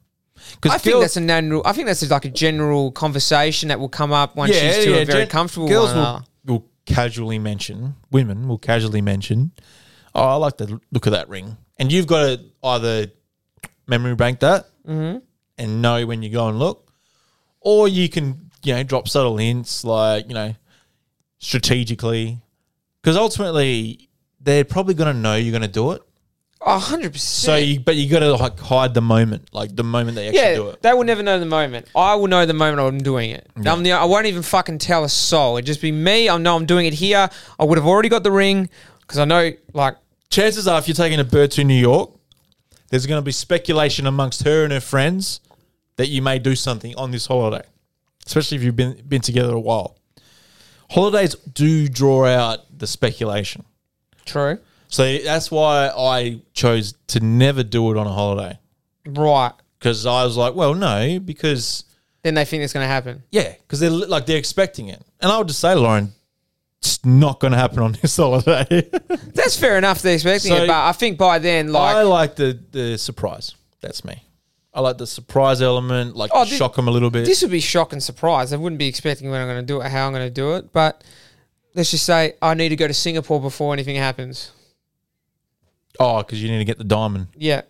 Speaker 2: Because
Speaker 3: I think that's a general. I think that's like a general conversation that will come up once she's two are very
Speaker 2: gen-
Speaker 3: comfortable. with
Speaker 2: Girls
Speaker 3: one uh, another.
Speaker 2: will, will casually mention, women will casually mention, oh, I like the l- look of that ring. And you've got to either
Speaker 3: Mm-hmm.
Speaker 2: memory bank that and know when you go and look, or you can you know, drop subtle hints, like, you know, strategically. Because ultimately, they're probably going to know you're going to do it.
Speaker 3: A hundred
Speaker 2: So,
Speaker 3: percent.
Speaker 2: you, but you got to like hide the moment, like the moment they actually do
Speaker 3: Yeah,
Speaker 2: it.
Speaker 3: they will never know the moment. I will know the moment I'm doing it. I'm the, I won't even fucking tell a soul. It'd just be me. I know I'm doing it here. I would have already got the ring because I know, like,
Speaker 2: Chances are, if you're taking a bird to New York, there's going to be speculation amongst her and her friends that you may do something on this holiday, especially if you've been been together a while. Holidays do draw out the speculation.
Speaker 3: true.
Speaker 2: So that's why I chose to never do it on a holiday
Speaker 3: Right.
Speaker 2: because I was like, well, no, because
Speaker 3: Then they think it's going to happen.
Speaker 2: yeah, because they're li- like they're expecting it, and I would just say, Lauren, it's not going to happen on this holiday.
Speaker 3: That's fair enough. They're expecting
Speaker 2: So-
Speaker 3: it, but I think by then, like,
Speaker 2: I like the the surprise. That's me. I like the surprise element, like shock
Speaker 3: Oh,
Speaker 2: 'em
Speaker 3: thi-
Speaker 2: shock them a little bit.
Speaker 3: this would be shock and surprise. I wouldn't be expecting when I'm going to do it, how I'm going to do it. But let's just say I need to go to Singapore before anything happens.
Speaker 2: oh, because you need to get the diamond
Speaker 3: Yeah.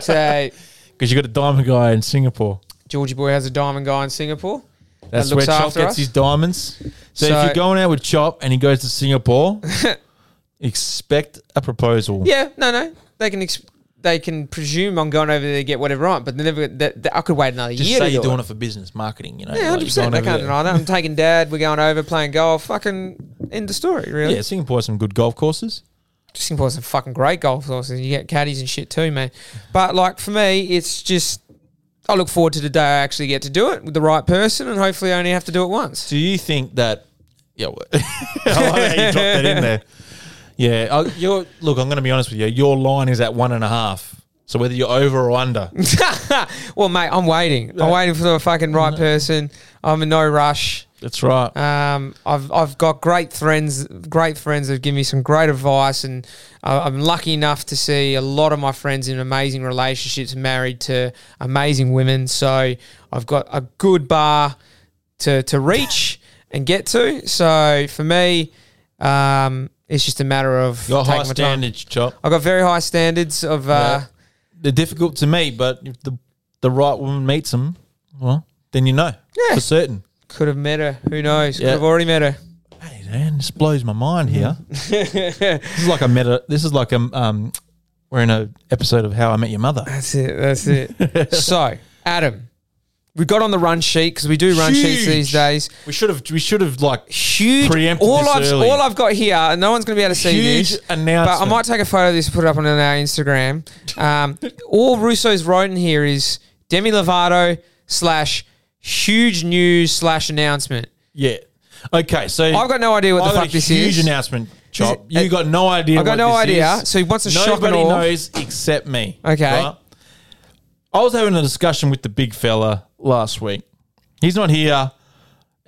Speaker 3: say,
Speaker 2: because you got a diamond guy in Singapore.
Speaker 3: Georgie boy has a diamond guy in Singapore.
Speaker 2: That's
Speaker 3: That
Speaker 2: where
Speaker 3: looks
Speaker 2: Chop
Speaker 3: after
Speaker 2: gets
Speaker 3: us.
Speaker 2: his diamonds. So,
Speaker 3: So-
Speaker 2: if you're going out with Chop and he goes to Singapore, expect a proposal.
Speaker 3: Yeah, no, no. They can ex- they can presume I'm going over there to get whatever I want, but they never. That, that- I could wait another
Speaker 2: Just
Speaker 3: year.
Speaker 2: say
Speaker 3: to
Speaker 2: you're
Speaker 3: do
Speaker 2: doing
Speaker 3: it.
Speaker 2: it. for business marketing. You know,
Speaker 3: Yeah,
Speaker 2: like,
Speaker 3: hundred
Speaker 2: you're
Speaker 3: percent. I
Speaker 2: going over
Speaker 3: can't
Speaker 2: there.
Speaker 3: deny that. I'm taking dad. We're going over playing golf. Fucking end of story. Really.
Speaker 2: Yeah, Singapore's some good golf courses.
Speaker 3: Singapore's some fucking great golf courses. You get caddies and shit too, man. But like for me, it's just I look forward to the day I actually get to do it with the right person, and hopefully I only have to do it once.
Speaker 2: Do you think that? Yeah, well, I like how you dropped that in there. Yeah, I, you're, look, I'm going to be honest with you. Your line is at one and a half. So whether you're over or under,
Speaker 3: well, mate, I'm waiting. I'm waiting for the fucking right person. I'm in no rush.
Speaker 2: that's right.
Speaker 3: Um, I've I've got great friends, great friends that give me some great advice, and I- I'm lucky enough to see a lot of my friends in amazing relationships, married to amazing women. So I've got a good bar to to reach and get to. So for me, um, it's just a matter of
Speaker 2: Your high
Speaker 3: taking my time.
Speaker 2: standards, chop.
Speaker 3: I've got very high standards of. Uh,
Speaker 2: Yeah. They're difficult to meet, but if the the right woman meets them, well, then you know
Speaker 3: Yeah.
Speaker 2: for certain.
Speaker 3: Could have met her. Who knows?
Speaker 2: Yeah.
Speaker 3: Could have already met her.
Speaker 2: Hey, man, this blows my mind here. this is like a meta. This is like a um, we're in a episode of How I Met Your Mother.
Speaker 3: That's it. That's it. so, Adam, we got on the run sheet because we do run sheets
Speaker 2: Huge.
Speaker 3: these days.
Speaker 2: We should have. We should have like
Speaker 3: Huge.
Speaker 2: Preempted
Speaker 3: all
Speaker 2: this
Speaker 3: I've
Speaker 2: early.
Speaker 3: all I've got here, and no one's going to be able to see
Speaker 2: Huge
Speaker 3: this.
Speaker 2: announcement.
Speaker 3: But I might take a photo of this, and put it up on our Instagram. Um, all Russo's wrote in here is Demi Lovato slash huge news slash announcement.
Speaker 2: Yeah. Okay, so
Speaker 3: I've got no idea what the
Speaker 2: I've got
Speaker 3: fuck
Speaker 2: a
Speaker 3: this
Speaker 2: huge
Speaker 3: is.
Speaker 2: announcement, Chop.
Speaker 3: Is it-
Speaker 2: you got no idea.
Speaker 3: I've got
Speaker 2: what
Speaker 3: no
Speaker 2: this
Speaker 3: idea.
Speaker 2: is.
Speaker 3: So he wants a shock and
Speaker 2: Nobody
Speaker 3: awe.
Speaker 2: knows except me.
Speaker 3: Okay.
Speaker 2: I was having a discussion with the big fella last week. He's not here,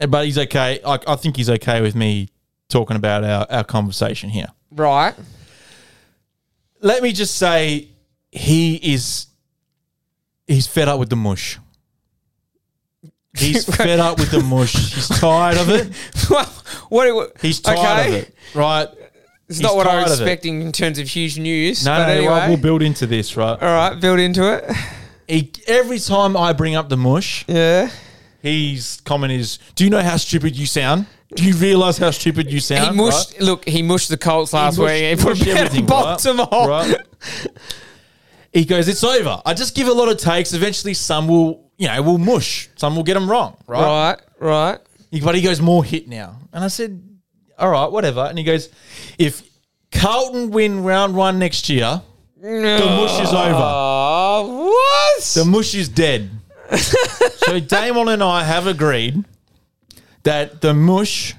Speaker 2: but he's okay. I, I think he's okay with me talking about our, our conversation here.
Speaker 3: Right.
Speaker 2: Let me just say, he is he's fed up with the mush. He's fed up with the mush. He's tired of it.
Speaker 3: what? what
Speaker 2: He's tired
Speaker 3: okay.
Speaker 2: of it, right?
Speaker 3: It's
Speaker 2: He's
Speaker 3: not what I
Speaker 2: tired
Speaker 3: was
Speaker 2: of it.
Speaker 3: expecting in terms of huge news.
Speaker 2: No,
Speaker 3: but
Speaker 2: no,
Speaker 3: anyway.
Speaker 2: well, we'll build into this, right?
Speaker 3: all right, build into it.
Speaker 2: He, every time I bring up the mush,
Speaker 3: Yeah.
Speaker 2: his comment is, "Do you know how stupid you sound? Do you realize how stupid you sound?"
Speaker 3: He mushed.
Speaker 2: Right?
Speaker 3: Look, he mushed the Colts
Speaker 2: He
Speaker 3: last
Speaker 2: mushed-
Speaker 3: week. He put
Speaker 2: mushed
Speaker 3: a bet
Speaker 2: everything,
Speaker 3: on Baltimore.
Speaker 2: right? he goes, "It's over." I just give a lot of takes. Eventually, some will, you know, will mush. Some will get them wrong, right?
Speaker 3: Right, right.
Speaker 2: He- But he goes more hit now, and I said, "All right, whatever." And he goes, "If Carlton win round one next year, the mush is over."
Speaker 3: Oh, what?
Speaker 2: The mush is dead. so Damon and I have agreed that the mush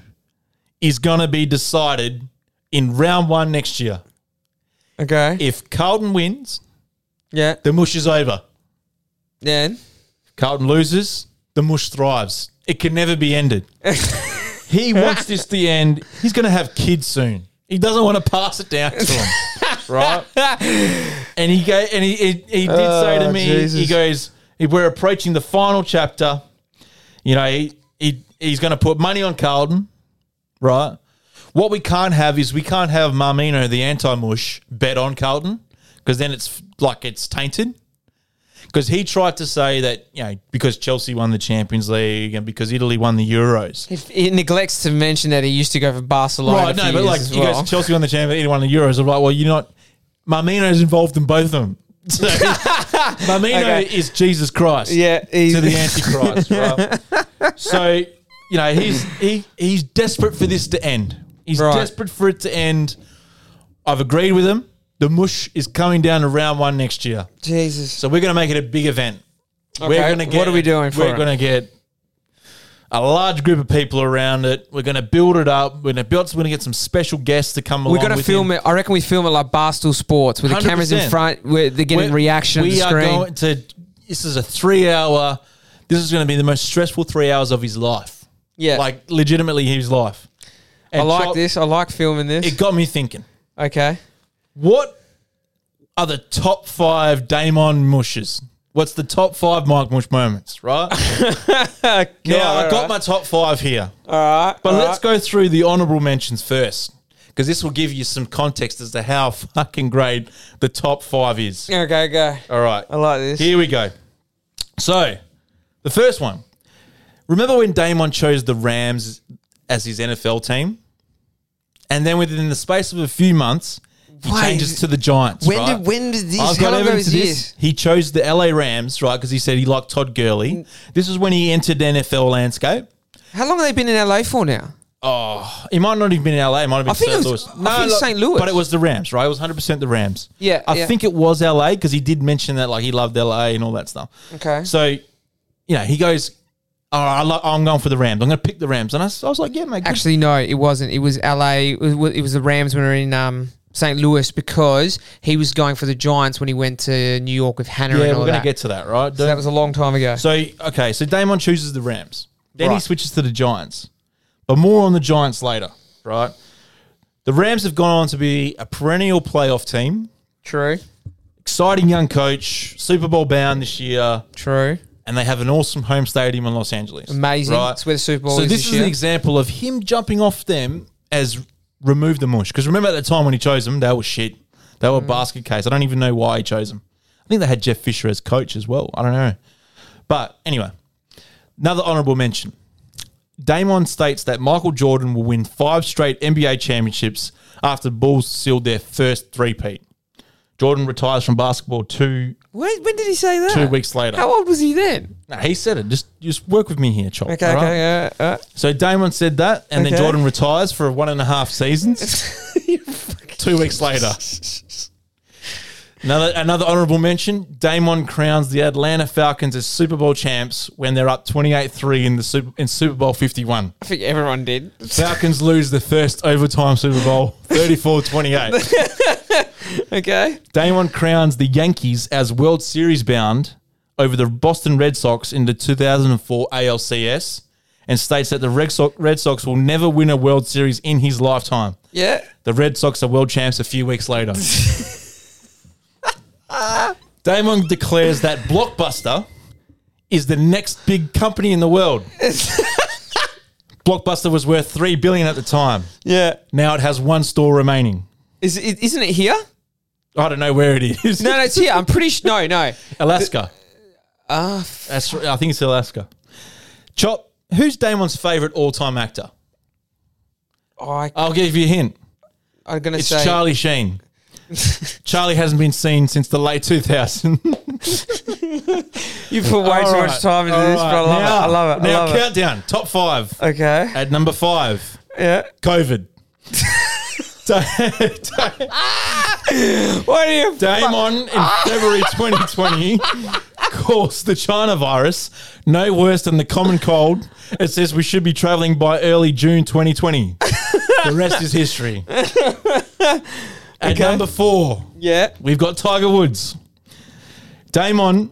Speaker 2: is going to be decided in round one next year.
Speaker 3: okay.
Speaker 2: If Carlton wins,
Speaker 3: Yeah.
Speaker 2: the mush is over.
Speaker 3: Then.
Speaker 2: Carlton loses, the mush thrives. It can never be ended. he wants this to end. He's going to have kids soon. He doesn't want to pass it down to them, right? And he go, and he he, he did say to
Speaker 3: Oh,
Speaker 2: me, he
Speaker 3: Jesus.
Speaker 2: goes, "We're approaching the final chapter. You know, he, he he's going to put money on Carlton, right? What we can't have is we can't have Marmino the anti-mush bet on Carlton because then it's like it's tainted." because he tried to say that you know because Chelsea won the Champions League and because Italy won the Euros.
Speaker 3: If it neglects to mention that he used to go for Barcelona.
Speaker 2: Right, no, but like
Speaker 3: as
Speaker 2: you
Speaker 3: well.
Speaker 2: guys, Chelsea won the Champions, Italy won the Euros. I'm like, well, you're not. Marmino's involved in both of them. So, Marmino
Speaker 3: Okay.
Speaker 2: is Jesus Christ.
Speaker 3: yeah, he's,
Speaker 2: to the Antichrist, right? so, you know, he's he he's desperate for this to end. He's
Speaker 3: Right.
Speaker 2: desperate for it to end. I've agreed with him. The mush is coming down to round one next year.
Speaker 3: Jesus.
Speaker 2: So we're gonna make it a big event. We're
Speaker 3: Okay,
Speaker 2: gonna
Speaker 3: what
Speaker 2: get
Speaker 3: are we doing for
Speaker 2: We're
Speaker 3: it?
Speaker 2: gonna get a large group of people around it. We're gonna build it up. We're gonna build we're gonna get some special guests to come
Speaker 3: We're
Speaker 2: along.
Speaker 3: gonna
Speaker 2: with
Speaker 3: film
Speaker 2: him.
Speaker 3: it. I reckon we film it like Barstool Sports with the cameras in
Speaker 2: 100%.
Speaker 3: front. Where they're getting
Speaker 2: We're-
Speaker 3: reaction on
Speaker 2: we
Speaker 3: the
Speaker 2: are
Speaker 3: screen.
Speaker 2: going to this is a three hour this is gonna be the most stressful three hours of his life.
Speaker 3: yeah, like
Speaker 2: like legitimately his life.
Speaker 3: I
Speaker 2: And
Speaker 3: like
Speaker 2: Chop-
Speaker 3: this. I like filming this.
Speaker 2: It got me thinking.
Speaker 3: okay,
Speaker 2: What are the top five Damon mushes? What's the top five Mike Mush moments? Right? yeah, I got my top five here,
Speaker 3: All right,
Speaker 2: but let's go through the honourable mentions first, because this will give you some context as to how fucking great the top five is.
Speaker 3: go. Okay, go.
Speaker 2: All right,
Speaker 3: I like this.
Speaker 2: Here we go. So, the first one. Remember when Damon chose the Rams as his NFL team? And then within the space of a few months, he
Speaker 3: Wait.
Speaker 2: changes to the Giants.
Speaker 3: When
Speaker 2: right?
Speaker 3: did when did this?
Speaker 2: I've
Speaker 3: how
Speaker 2: got
Speaker 3: long ago
Speaker 2: evidence
Speaker 3: was
Speaker 2: of
Speaker 3: this?
Speaker 2: this. He chose the LA Rams, right? Because he said he liked Todd
Speaker 3: Mm.
Speaker 2: Gurley. This is when he entered the NFL landscape.
Speaker 3: How long have they been in LA for now?
Speaker 2: Oh, he might not even been in LA. It might have been
Speaker 3: I think
Speaker 2: St.
Speaker 3: it was-
Speaker 2: Louis.
Speaker 3: I think it's St. Louis.
Speaker 2: But it was the Rams, right? It was 100% the Rams.
Speaker 3: Yeah,
Speaker 2: I
Speaker 3: yeah.
Speaker 2: think it was LA because he did mention that, like, he loved LA and all that stuff.
Speaker 3: Okay.
Speaker 2: So, you know, he goes, "All right, I lo- I'm going for the Rams. I'm going to pick the Rams." And I, s- I was like, "Yeah, mate." good."
Speaker 3: Actually, no, it wasn't. It was LA. It was, it was the Rams when we were in um, St. Louis because he was going for the Giants when he went to New York with Hannah
Speaker 2: yeah,
Speaker 3: and all
Speaker 2: we're going to
Speaker 3: that.
Speaker 2: get to that, right?
Speaker 3: so that was a long time ago.
Speaker 2: So, okay, so Damon chooses the Rams. Then he
Speaker 3: Right.
Speaker 2: switches to the Giants. But more on the Giants later, right? The Rams have gone on to be a perennial playoff team.
Speaker 3: true,
Speaker 2: Exciting young coach, Super Bowl bound this year.
Speaker 3: true.
Speaker 2: and they have an awesome home stadium in Los Angeles.
Speaker 3: Amazing. It's where the Super Bowl
Speaker 2: so
Speaker 3: is
Speaker 2: this
Speaker 3: this
Speaker 2: is
Speaker 3: year.
Speaker 2: an example of him jumping off them as remove the mush. Because remember at the time when he chose them, they were shit. They
Speaker 3: Mm.
Speaker 2: were basket case. I don't even know why he chose them. I think they had Jeff Fisher as coach as well. I don't know. But anyway, another honorable mention. Damon states that Michael Jordan will win five straight NBA championships after the Bulls sealed their first three-peat. Jordan retires from basketball two
Speaker 3: When, when did he say that?
Speaker 2: two weeks later.
Speaker 3: How old was he then?
Speaker 2: No, he said it. Just just work with me here, Chop.
Speaker 3: Okay,
Speaker 2: all right?
Speaker 3: okay, yeah. Uh,
Speaker 2: So Damon said that, and
Speaker 3: Okay.
Speaker 2: then Jordan retires for one and a half seasons.
Speaker 3: uh.
Speaker 2: Two weeks later. Another, another honorable mention Damon crowns the Atlanta Falcons as Super Bowl champs when they're up 28 3 in the Super, in Super Bowl 51.
Speaker 3: I think everyone did.
Speaker 2: Falcons lose the first overtime Super Bowl 34 28.
Speaker 3: Okay.
Speaker 2: Damon crowns the Yankees as World Series bound over the Boston Red Sox in the 2004 ALCS and states that the Red Sox, Red Sox will never win a World Series in his lifetime.
Speaker 3: Yeah.
Speaker 2: The Red Sox are world champs a few weeks later. Damon declares that Blockbuster is the next big company in the world. Blockbuster was worth 3 billion at the time.
Speaker 3: Yeah.
Speaker 2: Now it has one store remaining.
Speaker 3: Is it, isn't it here?
Speaker 2: I don't know where it is.
Speaker 3: No, no, it's here. I'm pretty sure. No, no.
Speaker 2: Alaska.
Speaker 3: Ah,
Speaker 2: That's r- I think it's Alaska. Chop, who's Damon's favorite all-time actor?
Speaker 3: oh, I,
Speaker 2: I'll give you a hint.
Speaker 3: I'm gonna
Speaker 2: It's
Speaker 3: say
Speaker 2: Charlie Sheen. Charlie hasn't been seen since the late 2000s.
Speaker 3: you put way too much time into this, but I love it. I love it. I
Speaker 2: Now
Speaker 3: love it.
Speaker 2: countdown, top five.
Speaker 3: Okay.
Speaker 2: At number five,
Speaker 3: Yeah.
Speaker 2: COVID. Da-
Speaker 3: What are you?
Speaker 2: Damon in February 2020 calls the China virus no worse than the common cold. It says we should be traveling by early June 2020. the rest is history. At number four,
Speaker 3: Yeah.
Speaker 2: we've got Tiger Woods. Damon,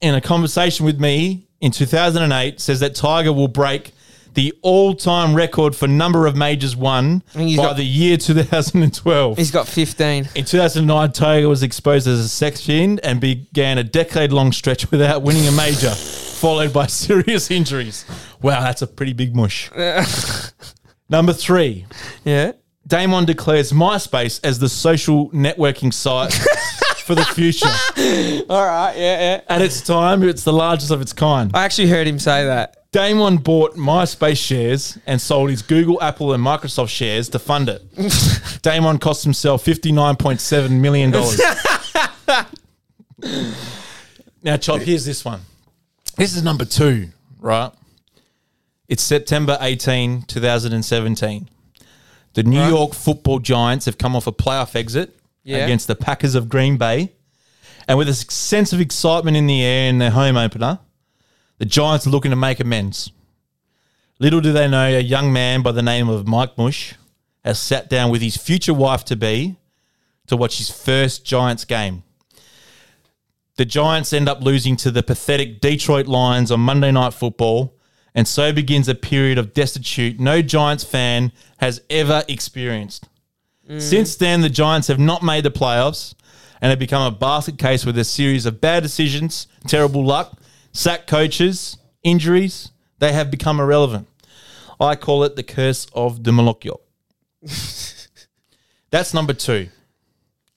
Speaker 2: in a conversation with me in 2008, says that Tiger will break the all-time record for number of majors won
Speaker 3: And he's
Speaker 2: by
Speaker 3: got-
Speaker 2: the year 2012.
Speaker 3: He's got 15.
Speaker 2: In 2009, Tiger was exposed as a sex fiend and began a decade long stretch without winning a major, followed by serious injuries. Wow, that's a pretty big mush. Number three,
Speaker 3: Yeah.
Speaker 2: Damon declares MySpace as the social networking site for the future.
Speaker 3: All right, yeah, yeah.
Speaker 2: At its time, it's the largest of its kind.
Speaker 3: I actually heard him say that.
Speaker 2: Damon bought MySpace shares and sold his Google, Apple, and Microsoft shares to fund it. Damon cost himself $59.7 million. now, Chop, here's this one. This is number two, right? It's September 18, 2017. The New York football Giants have come off a playoff exit
Speaker 3: Yeah.
Speaker 2: against the Packers of Green Bay. And with a sense of excitement in the air in their home opener, the Giants are looking to make amends. Little do they know, a young man by the name of Mike Mush has sat down with his future wife to be to watch his first Giants game. The Giants end up losing to the pathetic Detroit Lions on Monday Night Football, and so begins a period of destitute no Giants fan has ever experienced. Since then, the Giants have not made the playoffs and have become a basket case with a series of bad decisions, terrible luck, sack coaches, injuries. They have become irrelevant. I call it the curse of the Malocchio. That's number two.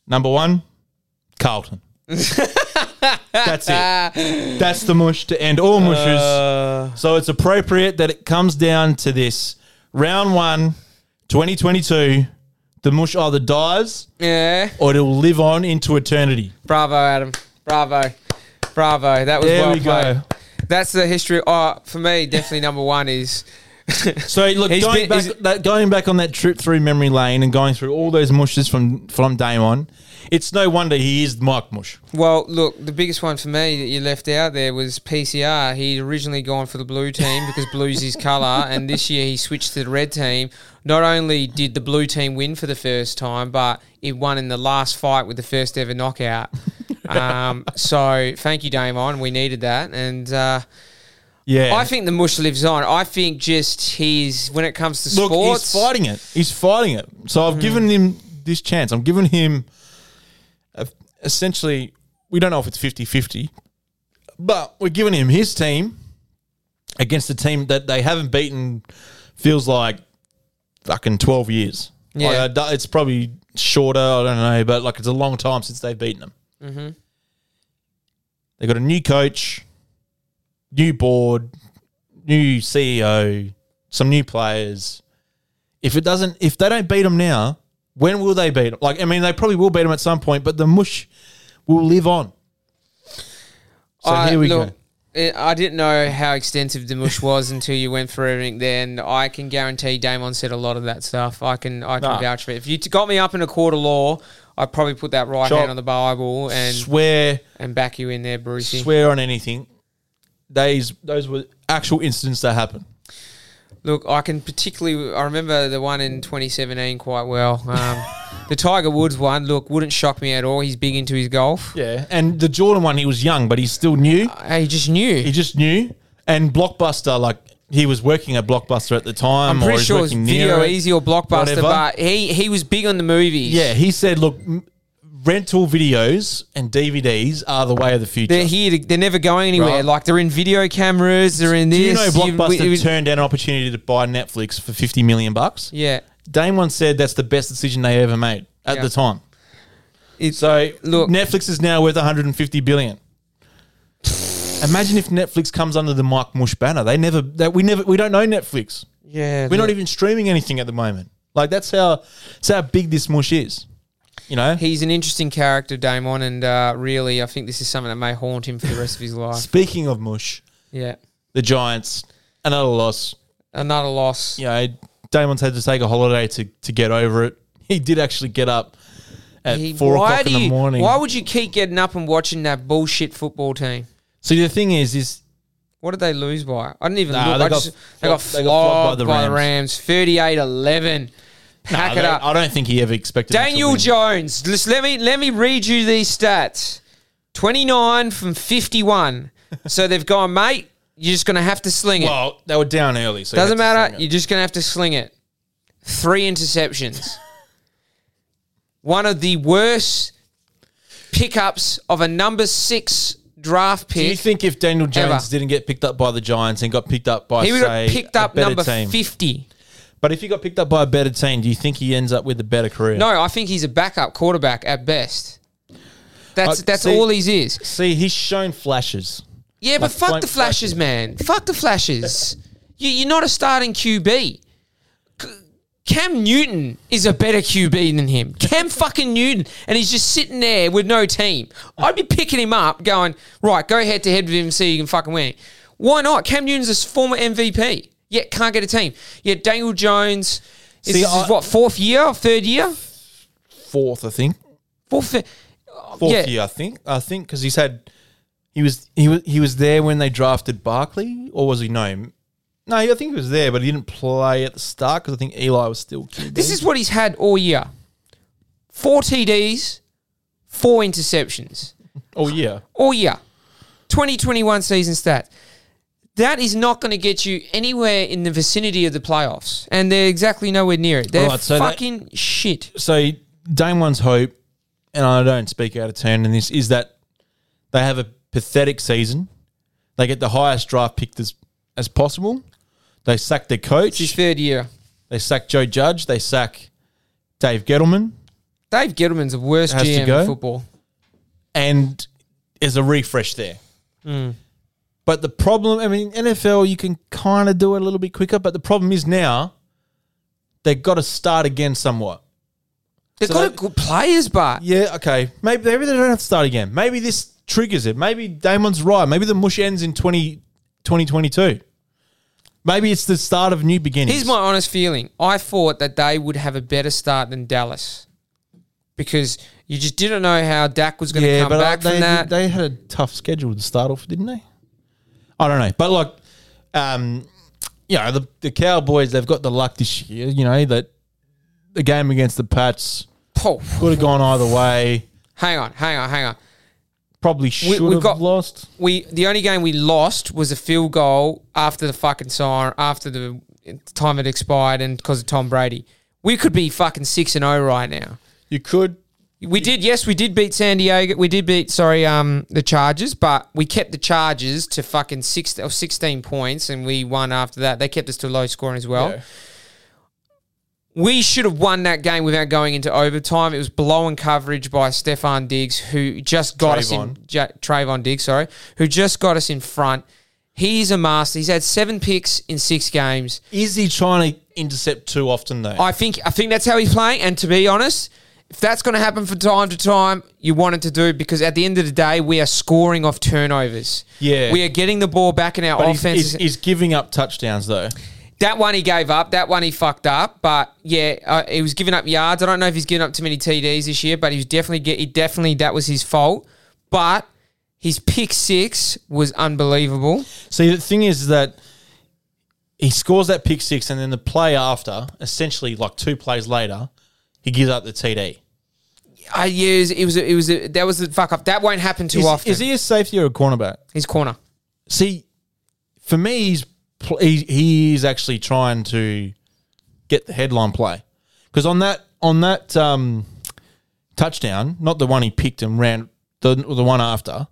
Speaker 2: Number one, Carlton. That's it. That's the mush to end all mushes.
Speaker 3: Uh.
Speaker 2: so it's appropriate that it comes down to this. Round one, 2022, the mush either dies
Speaker 3: Yeah.
Speaker 2: or it'll live on into eternity.
Speaker 3: Bravo, Adam. Bravo. Bravo. That was
Speaker 2: There
Speaker 3: well
Speaker 2: we
Speaker 3: played.
Speaker 2: go.
Speaker 3: That's the history. Oh, for me, definitely number one is
Speaker 2: So look,
Speaker 3: He's
Speaker 2: going
Speaker 3: been-
Speaker 2: back
Speaker 3: he's-
Speaker 2: that, going back on that trip through memory lane and going through all those mushes from from Damon, it's no wonder he is Mike Mush.
Speaker 3: Well, look, the biggest one for me that you left out there was PCR. He'd originally gone for the blue team because blue's his colour, and this year he switched to the red team. Not only did the blue team win for the first time, but it won in the last fight with the first ever knockout. um, so thank you, Damon. We needed that, and uh,
Speaker 2: Yeah,
Speaker 3: I think the mush lives on. I think just his when it comes to
Speaker 2: look,
Speaker 3: sports,
Speaker 2: he's fighting it. He's fighting it. So I've given him this chance. I'm giving him a, essentially. We don't know if it's 50-50, but we're giving him his team against a team that they haven't beaten. Feels like fucking twelve years.
Speaker 3: Yeah.
Speaker 2: Like, I do- it's probably shorter. I don't know, but like it's a long time since they've beaten them.
Speaker 3: Mm-hmm.
Speaker 2: They got a new coach, new board, new CEO, some new players. If it doesn't, if they don't beat them now, when will they beat them? Like, I mean, they probably will beat them at some point, but the mush will live on. So
Speaker 3: I-
Speaker 2: here we
Speaker 3: look,
Speaker 2: go.
Speaker 3: eh, I didn't know how extensive the mush was until you went through everything. Then I can guarantee Damon said a lot of that stuff. I can I can
Speaker 2: Nah.
Speaker 3: vouch for it. If you t- got me up in a quarter law, I'd probably put that right
Speaker 2: Chop.
Speaker 3: hand on the Bible and
Speaker 2: Swear,
Speaker 3: and back you in there, Brucey.
Speaker 2: swear on anything. Those those were actual incidents that happened.
Speaker 3: Look, I can particularly I remember the one in 2017 quite well. Um, the Tiger Woods one, look, wouldn't shock me at all. He's big into his golf.
Speaker 2: Yeah, and the Jordan one, he was young, but he still knew.
Speaker 3: He just knew.
Speaker 2: He just knew. And Blockbuster, like he was working at Blockbuster at the time.
Speaker 3: I'm
Speaker 2: or
Speaker 3: pretty
Speaker 2: he's
Speaker 3: sure it was
Speaker 2: working near
Speaker 3: Video
Speaker 2: it.
Speaker 3: Easy or Blockbuster,
Speaker 2: whatever.
Speaker 3: but he, he was big on the movies.
Speaker 2: Yeah, he said, look, m- rental videos and DVDs are the way of the future.
Speaker 3: They're here. To, they're never going anywhere.
Speaker 2: Right.
Speaker 3: Like they're in video cameras. They're in
Speaker 2: Do
Speaker 3: this.
Speaker 2: you know Blockbuster
Speaker 3: we- we-
Speaker 2: turned down an opportunity to buy Netflix for 50 million bucks?
Speaker 3: yeah.
Speaker 2: Damon said that's the best decision they ever made at
Speaker 3: Yeah.
Speaker 2: the time.
Speaker 3: It's,
Speaker 2: So
Speaker 3: Look-
Speaker 2: Netflix is now worth 150 billion. Imagine if Netflix comes under the Mike Mush banner. They never that we never we don't know Netflix.
Speaker 3: yeah.
Speaker 2: We're not
Speaker 3: look,
Speaker 2: even streaming anything at the moment. Like that's how that's how big this mush is. You know?
Speaker 3: He's an interesting character, Damon, and uh, really, I think this is something that may haunt him for the rest of his life.
Speaker 2: Speaking of mush,
Speaker 3: Yeah.
Speaker 2: the Giants, another loss.
Speaker 3: Another loss.
Speaker 2: You know, Damon's had to take a holiday to, to get over it. He did actually get up at
Speaker 3: He-
Speaker 2: four o'clock
Speaker 3: do
Speaker 2: in the
Speaker 3: you-
Speaker 2: morning.
Speaker 3: Why would you keep getting up and watching that bullshit football team?
Speaker 2: so the thing is, is
Speaker 3: What did they lose by? I didn't even
Speaker 2: Nah,
Speaker 3: look.
Speaker 2: they
Speaker 3: I
Speaker 2: got
Speaker 3: just,
Speaker 2: flogged-
Speaker 3: they got
Speaker 2: they got
Speaker 3: flogged by the Rams. 38-11.
Speaker 2: I
Speaker 3: Pack it
Speaker 2: don't-
Speaker 3: up.
Speaker 2: I don't think he ever expected. them to
Speaker 3: Daniel
Speaker 2: win.
Speaker 3: Jones. Just let me let me read you these stats. Twenty nine from fifty one. so they've gone, mate. You're just gonna have to sling it.
Speaker 2: Well, they were down early, so he
Speaker 3: Doesn't
Speaker 2: had to
Speaker 3: matter.
Speaker 2: sling it.
Speaker 3: You're just gonna have to sling it. Three interceptions. One of the worst pickups of a number six draft
Speaker 2: Do you
Speaker 3: pick.
Speaker 2: think if Daniel Jones
Speaker 3: Ever.
Speaker 2: didn't get picked up by the Giants and got picked up by
Speaker 3: He would
Speaker 2: say,
Speaker 3: have picked
Speaker 2: a
Speaker 3: up
Speaker 2: better
Speaker 3: number
Speaker 2: team,
Speaker 3: fifty.
Speaker 2: but if he got picked up by a better team, do you think he ends up with a better career?
Speaker 3: No, I think he's a backup quarterback at best. That's
Speaker 2: Uh,
Speaker 3: that's
Speaker 2: see-
Speaker 3: all he's is.
Speaker 2: See, he's shown flashes.
Speaker 3: Yeah, but
Speaker 2: Like
Speaker 3: fuck
Speaker 2: blank
Speaker 3: the flashes, man. Fuck the flashes. you, you're not a starting QB. C- Cam Newton is a better QB than him. Cam fucking Newton, and he's just sitting there with no team. I'd be picking him up, going right, go head to head with him, see you can fucking win. Why not? Cam Newton's a former MVP, yet can't get a team. Yet Daniel Jones
Speaker 2: See,
Speaker 3: is, this is
Speaker 2: I-
Speaker 3: what fourth year, third year,
Speaker 2: Fourth, I think.
Speaker 3: fourth. fi-
Speaker 2: Fourth
Speaker 3: Yeah.
Speaker 2: year, I think. I think because he's had, he was he was he was there when they drafted Barkley, or was he no? No, I think he was there, but he didn't play at the start because I think Eli was still. QB.
Speaker 3: This is what he's had all year: four TDs, four interceptions.
Speaker 2: oh yeah.
Speaker 3: all year. 2021 season stats. That is not going to get you anywhere in the vicinity of the playoffs, and they're exactly nowhere near it. They're
Speaker 2: Right, so that-
Speaker 3: fucking shit.
Speaker 2: so Dame One's hope, and I don't speak out of turn in this, is that they have a pathetic season. They get the highest draft pick as, as possible. They sack their
Speaker 3: It's his
Speaker 2: coach.
Speaker 3: third year.
Speaker 2: They sack Joe Judge. They sack Dave Gettleman.
Speaker 3: Dave Gettleman's the worst
Speaker 2: Has to
Speaker 3: GM
Speaker 2: go.
Speaker 3: in football.
Speaker 2: And there's a refresh there. But the problem, I mean, NFL, you can kind of do it a little bit quicker. But the problem is now they've got to start again somewhat.
Speaker 3: They've
Speaker 2: So
Speaker 3: got
Speaker 2: that-
Speaker 3: a good players bar.
Speaker 2: Yeah, okay. Maybe maybe they don't have to start again. Maybe this triggers it. Maybe Damon's right. Maybe the mush ends in 20, 2022. Maybe it's the start of new beginnings.
Speaker 3: Here's my honest feeling. I thought that they would have a better start than Dallas because you just didn't know how Dak was going to
Speaker 2: yeah,
Speaker 3: come
Speaker 2: but uh,
Speaker 3: back
Speaker 2: they,
Speaker 3: from that.
Speaker 2: they had a tough schedule to start off, didn't they? I don't know. But like um you know, the, the Cowboys they've got the luck this year, you know, that the game against the Pats
Speaker 3: Oh,
Speaker 2: could have gone either way.
Speaker 3: hang on, hang on, hang on.
Speaker 2: Probably should
Speaker 3: we've
Speaker 2: have
Speaker 3: got-
Speaker 2: lost.
Speaker 3: we the only game we lost was a field goal after the fucking siren after the time had expired and because of Tom Brady. We could be fucking six and zero right now.
Speaker 2: You could
Speaker 3: We did, yes, we did beat San Diego. We did beat, sorry, um, the Chargers, but we kept the Chargers to fucking six or sixteen points, and we won after that. They kept us to low scoring as well.
Speaker 2: Yeah.
Speaker 3: We should have won that game without going into overtime. It was blown coverage by Stefan Diggs, who just got us in
Speaker 2: Trayvon.
Speaker 3: J- Trayvon Diggs, sorry, who just got us in front. He's a master. He's had seven picks in six games.
Speaker 2: is he trying to intercept too often though?
Speaker 3: I think I think that's how he's playing. And to be honest, if that's going to happen from time to time, you want it to do because at the end of the day, we are scoring off turnovers.
Speaker 2: Yeah.
Speaker 3: we are getting the ball back in our
Speaker 2: But he's,
Speaker 3: offenses.
Speaker 2: he's, he's giving up touchdowns though.
Speaker 3: that one he gave up. That one he fucked up. But yeah, uh, he was giving up yards. I don't know if he's given up too many TDs this year, but he was definitely get. He definitely that was his fault. But his pick six was unbelievable.
Speaker 2: See, the thing is that he scores that pick six, and then the play after, essentially like two plays later, he gives up the TD.
Speaker 3: I use Uh, it was a, it was a, that was the fuck up. That won't happen too
Speaker 2: Is,
Speaker 3: often.
Speaker 2: is he a safety or a cornerback?
Speaker 3: his corner?
Speaker 2: See, for me, he's pl- he, he is actually trying to get the headline play because on that on that um, touchdown, not the one he picked and ran the the one after.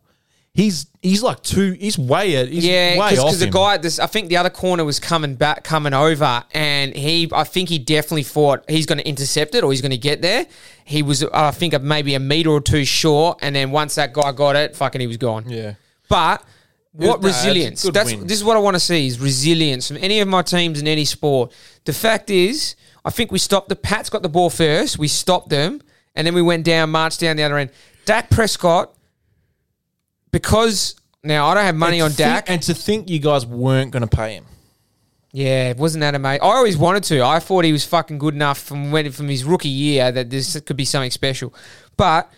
Speaker 2: He's he's like two. He's way at. He's
Speaker 3: Yeah,
Speaker 2: way off
Speaker 3: because the
Speaker 2: him.
Speaker 3: guy, at this I think the other corner was coming back, coming over, and he, I think he definitely thought he's going to intercept it or he's going to get there. He was, I think, maybe a meter or two short, and then once that guy got it, fucking, he was gone.
Speaker 2: Yeah.
Speaker 3: But what
Speaker 2: was- no, it's a
Speaker 3: resilience?
Speaker 2: good
Speaker 3: That's
Speaker 2: win.
Speaker 3: this is what I want to see is resilience from any of my teams in any sport. The fact is, I think we stopped the Pats got the ball first, we stopped them, and then we went down, marched down the other end. Dak Prescott, because now I don't have money
Speaker 2: And
Speaker 3: on
Speaker 2: to
Speaker 3: Dak.
Speaker 2: think- and to think you guys weren't going to pay him.
Speaker 3: Yeah, wasn't that amazing? I always wanted to. I thought he was fucking good enough from when from his rookie year that this could be something special. But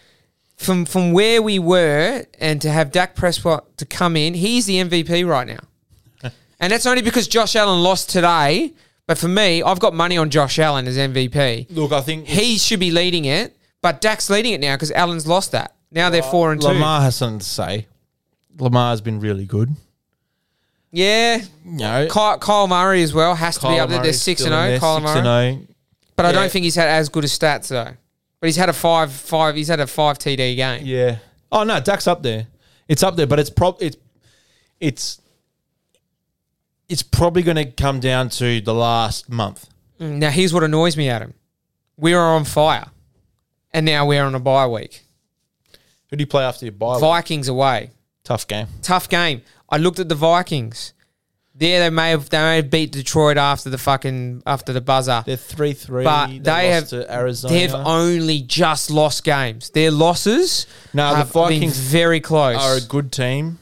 Speaker 3: from from where we were and to have Dak Prescott to come in, he's the MVP right now. and that's only because Josh Allen lost today. But for me, I've got money on Josh Allen as MVP.
Speaker 2: Look, I think
Speaker 3: He should be leading it, but Dak's leading it now because Allen's lost that. Now they're four and two.
Speaker 2: Lamar has something to say. Lamar's been really good.
Speaker 3: Yeah,
Speaker 2: You know,
Speaker 3: Kyle, Kyle Murray as well has to be
Speaker 2: Kyler
Speaker 3: up there. They're
Speaker 2: Murray's
Speaker 3: six
Speaker 2: still
Speaker 3: and
Speaker 2: in there,
Speaker 3: zero. Kyle
Speaker 2: six
Speaker 3: Murray.
Speaker 2: and oh.
Speaker 3: But I
Speaker 2: Yeah.
Speaker 3: don't think he's had as good as stats though. But he's had a five five. He's had a five TD game.
Speaker 2: Yeah. Oh no, Dak's up there. It's up there, but it's prob it's it's it's probably going to come down to the last month.
Speaker 3: Mm, Now here's what annoys me, Adam. We are on fire, and now we're on a bye week.
Speaker 2: Who do you play after your bye? week?
Speaker 3: Vikings away.
Speaker 2: Tough game.
Speaker 3: Tough game. I looked at the Vikings. There they may have they may have beat Detroit after the fucking after the buzzer.
Speaker 2: They're three three.
Speaker 3: but they, have
Speaker 2: lost to Arizona.
Speaker 3: They've only just lost games. Their losses
Speaker 2: Nah, the
Speaker 3: have been
Speaker 2: Vikings
Speaker 3: very close.
Speaker 2: are a good team.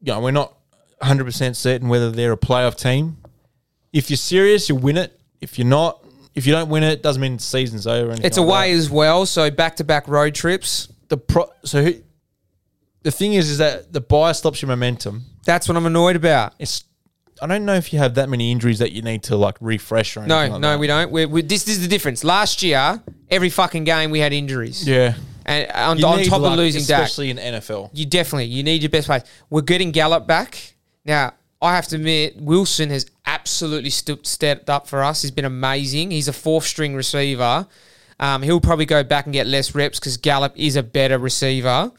Speaker 2: You know, we're not 100% certain whether they're a playoff team. If you're serious, you win it. If you're not, if you don't win it, doesn't mean the season's over. Or anything
Speaker 3: it's
Speaker 2: like
Speaker 3: away
Speaker 2: that.
Speaker 3: as well, so back to back road trips.
Speaker 2: The pro- so who, the thing is, is that the buy stops your momentum.
Speaker 3: That's what I'm annoyed about.
Speaker 2: It's I don't know if you have that many injuries that you need to like refresh or anything.
Speaker 3: No,
Speaker 2: like
Speaker 3: no,
Speaker 2: that.
Speaker 3: we don't. We're, we this, this is the difference. Last year, every fucking game we had injuries.
Speaker 2: Yeah,
Speaker 3: And uh, on,
Speaker 2: You
Speaker 3: on
Speaker 2: need
Speaker 3: top of
Speaker 2: luck,
Speaker 3: losing Dak,
Speaker 2: especially in NFL.
Speaker 3: you definitely you need your best players. We're getting Gallup back now. I have to admit, Wilson has absolutely stood, stepped up for us. He's been amazing. He's a fourth string receiver. Um, he'll probably go back and get less reps because Gallup is a better receiver,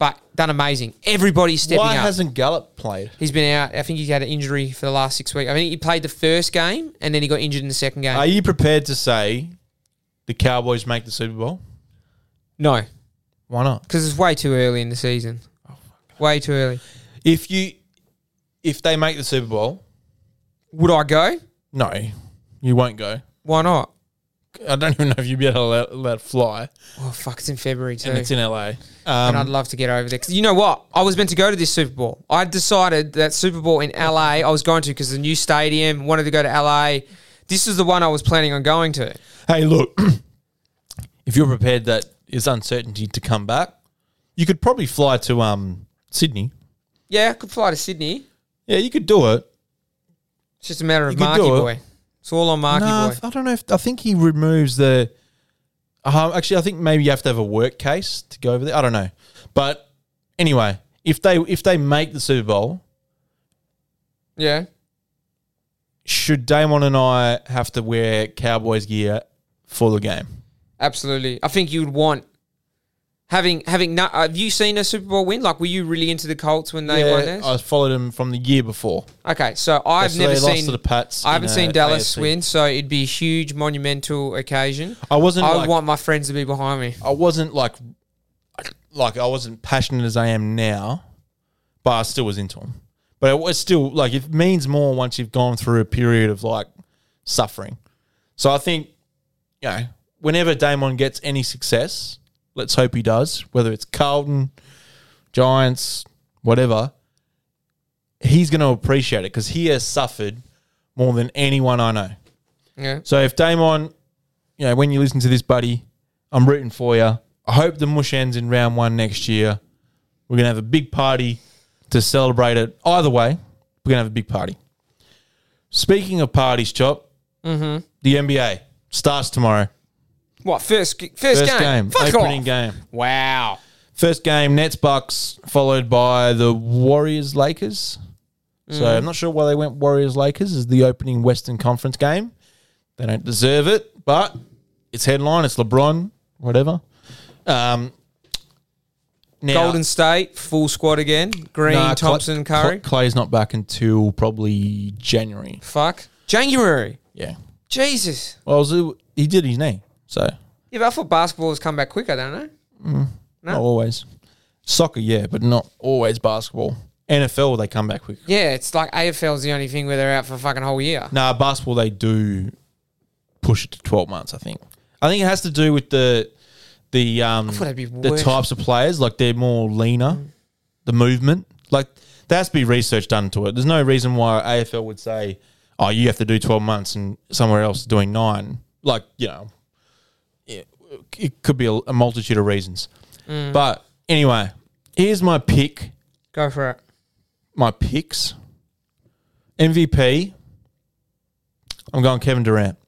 Speaker 3: but done amazing. Everybody's stepping
Speaker 2: Why
Speaker 3: up.
Speaker 2: hasn't Gallup played?
Speaker 3: he's been out. I think he had an injury for the last six weeks. I think he played the first game and then he got injured in the second game.
Speaker 2: Are you prepared to say the Cowboys make the Super Bowl?
Speaker 3: no,
Speaker 2: Why not?
Speaker 3: because it's way too early in the season.
Speaker 2: Oh,
Speaker 3: Way too early.
Speaker 2: If you if they make the Super Bowl,
Speaker 3: Would I go?
Speaker 2: no, you won't go.
Speaker 3: Why not?
Speaker 2: I don't even know if you'd be able to let, let it fly,
Speaker 3: Oh fuck! It's in February too.
Speaker 2: and it's in LA.
Speaker 3: and I'd
Speaker 2: Um,
Speaker 3: love to get over there. 'Cause you know what? I was meant to go to this Super Bowl. I decided that Super Bowl in LA I was going to because the new stadium wanted to go to LA. This is the one I was planning on going to.
Speaker 2: hey, look, if you're prepared that is uncertainty to come back, you could probably fly to um Sydney.
Speaker 3: Yeah, I could fly to Sydney.
Speaker 2: Yeah, you could do it.
Speaker 3: It's just a matter of
Speaker 2: You could
Speaker 3: Marky
Speaker 2: do it.
Speaker 3: Boy. It's all on Marky
Speaker 2: Nah,
Speaker 3: Boy.
Speaker 2: I don't know. if I think he removes the. Uh, actually, I think maybe you have to have a work case to go over there. I don't know, but anyway, if they if they make the Super Bowl,
Speaker 3: Yeah.
Speaker 2: should Damon and I have to wear Cowboys gear for the game?
Speaker 3: Absolutely. I think you'd want having having. No, have you seen a Super Bowl win? Like, were you really into the Colts when they won theirs?
Speaker 2: I followed him from the year before.
Speaker 3: okay, so I've
Speaker 2: So
Speaker 3: never
Speaker 2: they lost
Speaker 3: seen.
Speaker 2: to the Pats.
Speaker 3: I haven't
Speaker 2: in,
Speaker 3: seen
Speaker 2: uh,
Speaker 3: Dallas
Speaker 2: AFC.
Speaker 3: win, so it'd be a huge monumental occasion.
Speaker 2: I wasn't.
Speaker 3: I
Speaker 2: like,
Speaker 3: want my friends to be behind me.
Speaker 2: I wasn't like, like I wasn't passionate as I am now, but I still was into him. But it was still like it means more once you've gone through a period of like suffering. So I think, you know, whenever Damon gets any success, let's hope he does. Whether it's Carlton, Giants, whatever, he's going to appreciate it because he has suffered more than anyone I know.
Speaker 3: Yeah.
Speaker 2: So if Damon, you know, when you listen to this, buddy, I'm rooting for you. I hope the mush ends in round one next year. We're gonna have a big party to celebrate it. Either way, we're gonna have a big party. Speaking of parties, Chop, mm-hmm. the NBA starts tomorrow.
Speaker 3: What first g- first,
Speaker 2: First game,
Speaker 3: game? Fuck
Speaker 2: opening
Speaker 3: off.
Speaker 2: game.
Speaker 3: Wow.
Speaker 2: First game, Nets Bucks, followed by the Warriors Lakers. So
Speaker 3: Mm.
Speaker 2: I'm not sure why they went Warriors Lakers as the opening Western Conference game. They don't deserve it, but it's headline. It's LeBron, whatever. Um, now,
Speaker 3: Golden State full squad again. Green,
Speaker 2: nah, Cla-
Speaker 3: Thompson, Curry.
Speaker 2: Cla- Clay's not back until probably January.
Speaker 3: Fuck. January.
Speaker 2: Yeah.
Speaker 3: Jesus.
Speaker 2: Well, it was- he did his knee, so
Speaker 3: Yeah, but I thought basketball has come back quicker, don't it?
Speaker 2: not always. Soccer, yeah, but not always basketball. NFL, they come back quick.
Speaker 3: Yeah, it's like AFL's the only thing where they're out for a fucking whole year.
Speaker 2: Nah, basketball they do push it to twelve months. I think. I think it has to do with the the um
Speaker 3: thought that'd be
Speaker 2: the
Speaker 3: worse. Mm.
Speaker 2: types of players. Like they're more leaner, the movement. Like there has to be research done to it. There's no reason why AFL would say, "Oh, you have to do twelve months," and somewhere else is doing nine. Like you know, it, it could be a, a multitude of reasons.
Speaker 3: Mm.
Speaker 2: But anyway, here's my pick
Speaker 3: Go for it.
Speaker 2: my picks. MVP, I'm going Kevin Durant,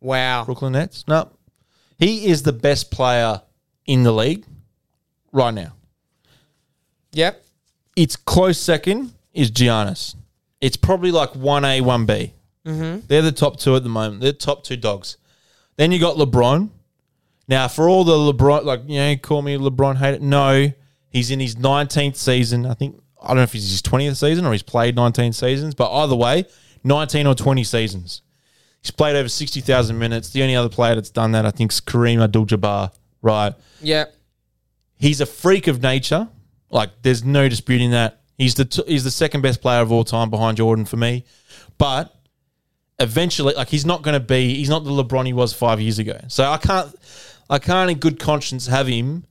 Speaker 3: Wow.
Speaker 2: Brooklyn Nets. No, he is the best player in the league right now.
Speaker 3: Yep.
Speaker 2: It's close second is Giannis. It's probably like 1A, 1B. Mm-hmm. They're the top two at the moment. They're top two dogs. Then you got LeBron. Now, for all the LeBron, like, you know, call me LeBron hater. No, he's in his 19th season. I think, I don't know if he's his 20th season or he's played 19 seasons, but either way, 19 or 20 seasons. He's played over 60,000 minutes. The only other player that's done that, I think, is Kareem Abdul Jabbar, right?
Speaker 3: Yep.
Speaker 2: He's a freak of nature. Like there's no disputing that. He's the t- he's the second best player of all time behind Jordan for me. But eventually, like he's not going to be he's not the LeBron he was five years ago. So I can't I can't in good conscience have him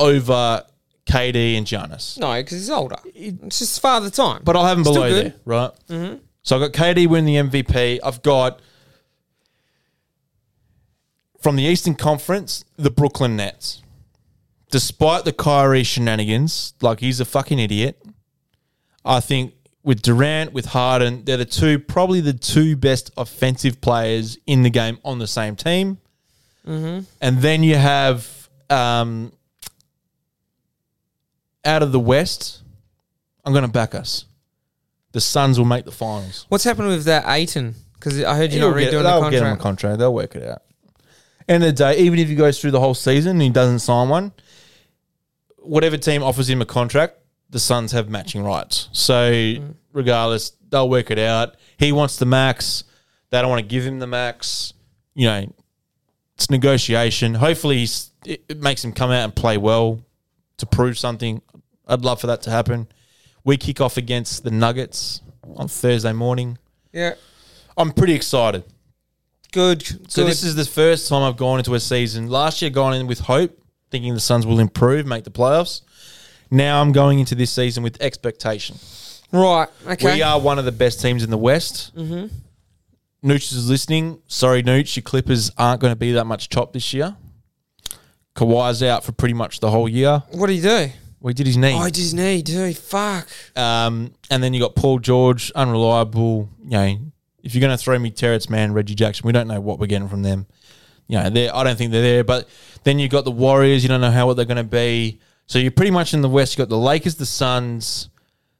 Speaker 2: over KD and Giannis.
Speaker 3: No, because he's older. It's just father time.
Speaker 2: But I'll have him
Speaker 3: Still
Speaker 2: below
Speaker 3: good. Mm-hmm.
Speaker 2: there, right? So I've got KD winning the MVP. I've got from the Eastern Conference the Brooklyn Nets. Despite the Kyrie shenanigans, like he's a fucking idiot. I think with Durant, with Harden, they're the two probably the two best offensive players in the game on the same team.
Speaker 3: Mm-hmm.
Speaker 2: And then you have um, out of the West. I'm going to back us. The Suns will make the finals.
Speaker 3: What's happened with that Aiton? Because I heard you're not
Speaker 2: He'll get-
Speaker 3: redoing
Speaker 2: they'll
Speaker 3: the
Speaker 2: get him a
Speaker 3: contract.
Speaker 2: contract. They'll work it out. End of the day, even if he goes through the whole season and he doesn't sign one, whatever team offers him a contract, the Suns have matching rights. So
Speaker 3: Mm.
Speaker 2: regardless, they'll work it out. He wants the max. They don't want to give him the max. You know, it's negotiation. Hopefully, he's, it, it makes him come out and play well to prove something. I'd love for that to happen. We kick off against the Nuggets on Thursday morning.
Speaker 3: yeah,
Speaker 2: I'm pretty excited.
Speaker 3: good. good.
Speaker 2: So this is the first time I've gone into a season. Last year, gone in with hope, thinking the Suns will improve, make the playoffs. Now I'm going into this season with expectation.
Speaker 3: right. Okay.
Speaker 2: We are one of the best teams in the West. Mm-hmm. Nooch is listening. Sorry, Nooch, your Clippers aren't going to be that much top this year. Kawhi's out for pretty much the whole year.
Speaker 3: What do you do?
Speaker 2: We did his knee.
Speaker 3: Oh, I just need to. Fuck.
Speaker 2: Um, and then you got Paul George, unreliable. You know, if you're going to throw me Terrence Mann, Reggie Jackson, we don't know what we're getting from them. You know, they I don't think they're there. But then you've got the Warriors. You don't know how what they're going to be. So you're pretty much in the West. You've got the Lakers, the Suns,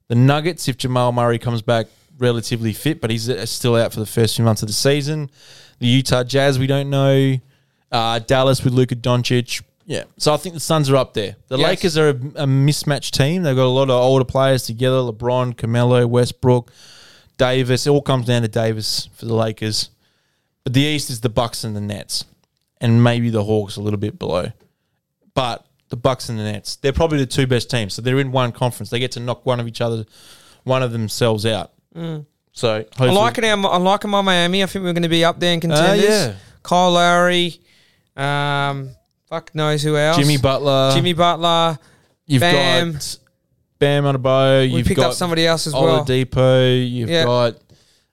Speaker 2: the Nuggets. If Jamal Murray comes back relatively fit, but he's uh, still out for the first few months of the season. The Utah Jazz, we don't know. Uh, Dallas with Luka Doncic. Yeah. So I think the Suns are up there. The
Speaker 3: Yes.
Speaker 2: Lakers are a, a mismatched team. They've got a lot of older players together LeBron, Camelo, Westbrook, Davis. It all comes down to Davis for the Lakers. But the East is the Bucks and the Nets, and maybe the Hawks a little bit below. But the Bucks and the Nets, they're probably the two best teams. So they're in one conference. They get to knock one of each other, one of themselves out. So hopefully,
Speaker 3: Mm. I like it. our- I like him on Miami. I think we're going to be up there in contenders.
Speaker 2: Ah, yeah.
Speaker 3: Kyle Lowry. Um, fuck knows who else.
Speaker 2: Jimmy Butler,
Speaker 3: Jimmy Butler.
Speaker 2: you've
Speaker 3: Bam.
Speaker 2: got Bam Adebayo,
Speaker 3: We
Speaker 2: you've
Speaker 3: picked
Speaker 2: got
Speaker 3: up somebody else as well.
Speaker 2: Oladipo, you've
Speaker 3: Yeah.
Speaker 2: got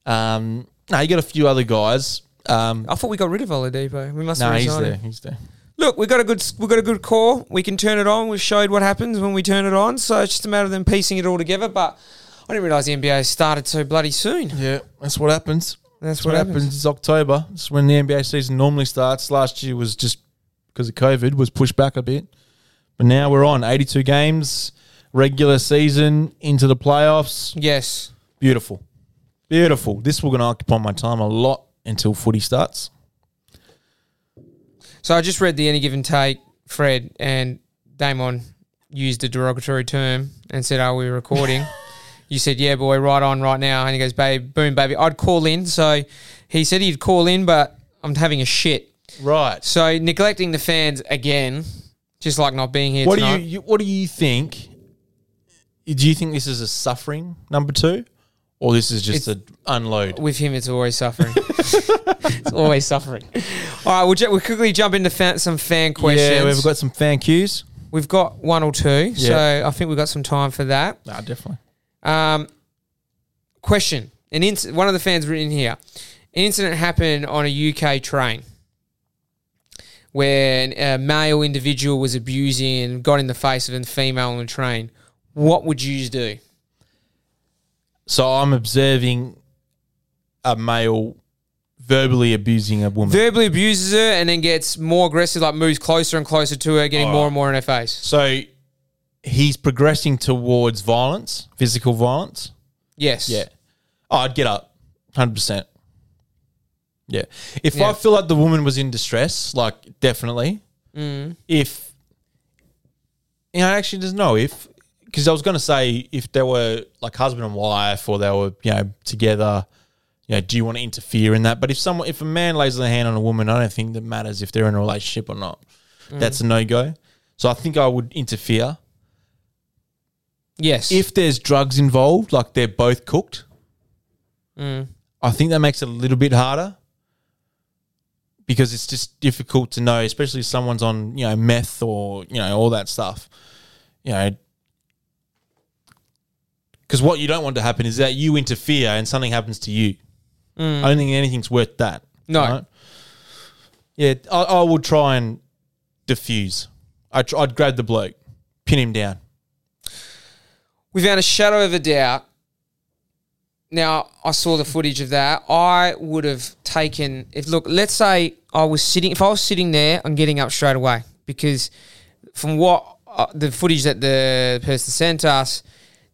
Speaker 2: um, no, you got a few other guys. Um,
Speaker 3: I thought we got rid of Oladipo. We must
Speaker 2: no,
Speaker 3: have
Speaker 2: he's
Speaker 3: resigned him.
Speaker 2: there. He's there.
Speaker 3: Look, we got a good we got a good core. We can turn it on. We've showed what happens when we turn it on. So it's just a matter of them piecing it all together. But I didn't realize the NBA started so bloody soon.
Speaker 2: Yeah, that's what happens.
Speaker 3: That's
Speaker 2: That's
Speaker 3: what, happens.
Speaker 2: It's October. It's when the NBA season normally starts. Last year was just because of COVID was pushed back a bit, but now we're on 82 games, regular season into the playoffs.
Speaker 3: Yes.
Speaker 2: Beautiful, beautiful. This will going to occupy my time a lot until footy starts.
Speaker 3: So I just read the any give and take, Fred and Damon used a derogatory term and said, "Are we recording?" you said, "Yeah, boy, right on, right now." And he goes, "Babe, boom, baby." I'd call in. So he said he'd call in, but I'm having a shit.
Speaker 2: Right.
Speaker 3: So neglecting the fans again, just like not being here.
Speaker 2: What do you,
Speaker 3: tonight.
Speaker 2: you What do you think? Do you think this is a suffering number two, or this is just a unload?
Speaker 3: With him, it's always suffering. it's always suffering. All right, we'll, ju- we'll quickly jump into fan- some fan questions.
Speaker 2: Yeah, we've got some fan cues.
Speaker 3: we've got one or two,
Speaker 2: Yeah.
Speaker 3: so I think we've got some time for that.
Speaker 2: Nah, definitely.
Speaker 3: Um, question: An inc- one of the fans written here. An incident happened on a UK train where a male individual was abusing and got in the face of a female on the train. What would you do?
Speaker 2: So I'm observing a male verbally abusing a woman.
Speaker 3: Verbally abuses her and then gets more aggressive, like moves closer and closer to her,
Speaker 2: Oh.
Speaker 3: getting more and more in her face.
Speaker 2: so he's progressing towards violence, physical violence.
Speaker 3: Yes.
Speaker 2: Oh, I'd get up, hundred percent. Yeah. If
Speaker 3: Yeah.
Speaker 2: I feel like the woman was in distress, like definitely.
Speaker 3: Mm.
Speaker 2: If you know, actually, there's no if because I was going to say if they were like husband and wife or they were you know together, you know, do you want to interfere in that? But if someone,
Speaker 3: Mm.
Speaker 2: if a man lays their hand on a woman, I don't think that matters if they're in a relationship or not. That's a no go. So I think I would interfere
Speaker 3: Yes.
Speaker 2: if there's drugs involved, like they're both cooked.
Speaker 3: Mm.
Speaker 2: I think that makes it a little bit harder because it's just difficult to know, especially if someone's on you know meth or you know all that stuff. You know, because what you don't want to happen is that you interfere and something happens to you. I don't think anything's worth that.
Speaker 3: Mm. No.
Speaker 2: Yeah, I, I would try and diffuse. I tr- I'd grab the bloke, pin him down.
Speaker 3: without a shadow of a doubt. Now I saw the footage of that. I would have taken if look. Let's say I was sitting. If I was sitting there, I'm getting up straight away because from what uh, the footage that the person sent us,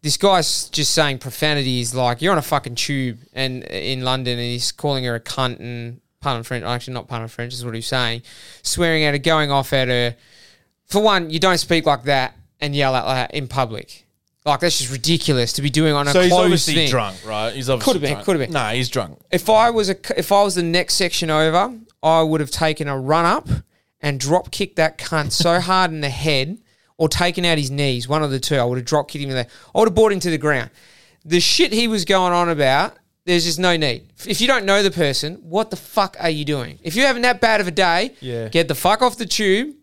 Speaker 3: this guy's just saying profanities like "you're on a fucking tube" and uh, in London, and he's calling her a cunt and pun in French. Actually, not pun in French is what he's saying, swearing at her, going off at her for one, you don't speak like that and yell out like that in public. Like that's just ridiculous to be doing on a
Speaker 2: So he's
Speaker 3: closed
Speaker 2: obviously
Speaker 3: thing.
Speaker 2: drunk, right? He's obviously
Speaker 3: Could've been,
Speaker 2: drunk.
Speaker 3: could've been.
Speaker 2: No, he's drunk.
Speaker 3: If I was a, if I was the next section over, I would have taken a run up and drop kicked that cunt so hard in the head, or taken out his knees. One of the two. I would have drop kicked him in the. I would have brought him to the ground. The shit he was going on about. There's just no need. If you don't know the person, what the fuck are you doing? If you're having that bad of a day,
Speaker 2: Yeah.
Speaker 3: get the fuck off the tube,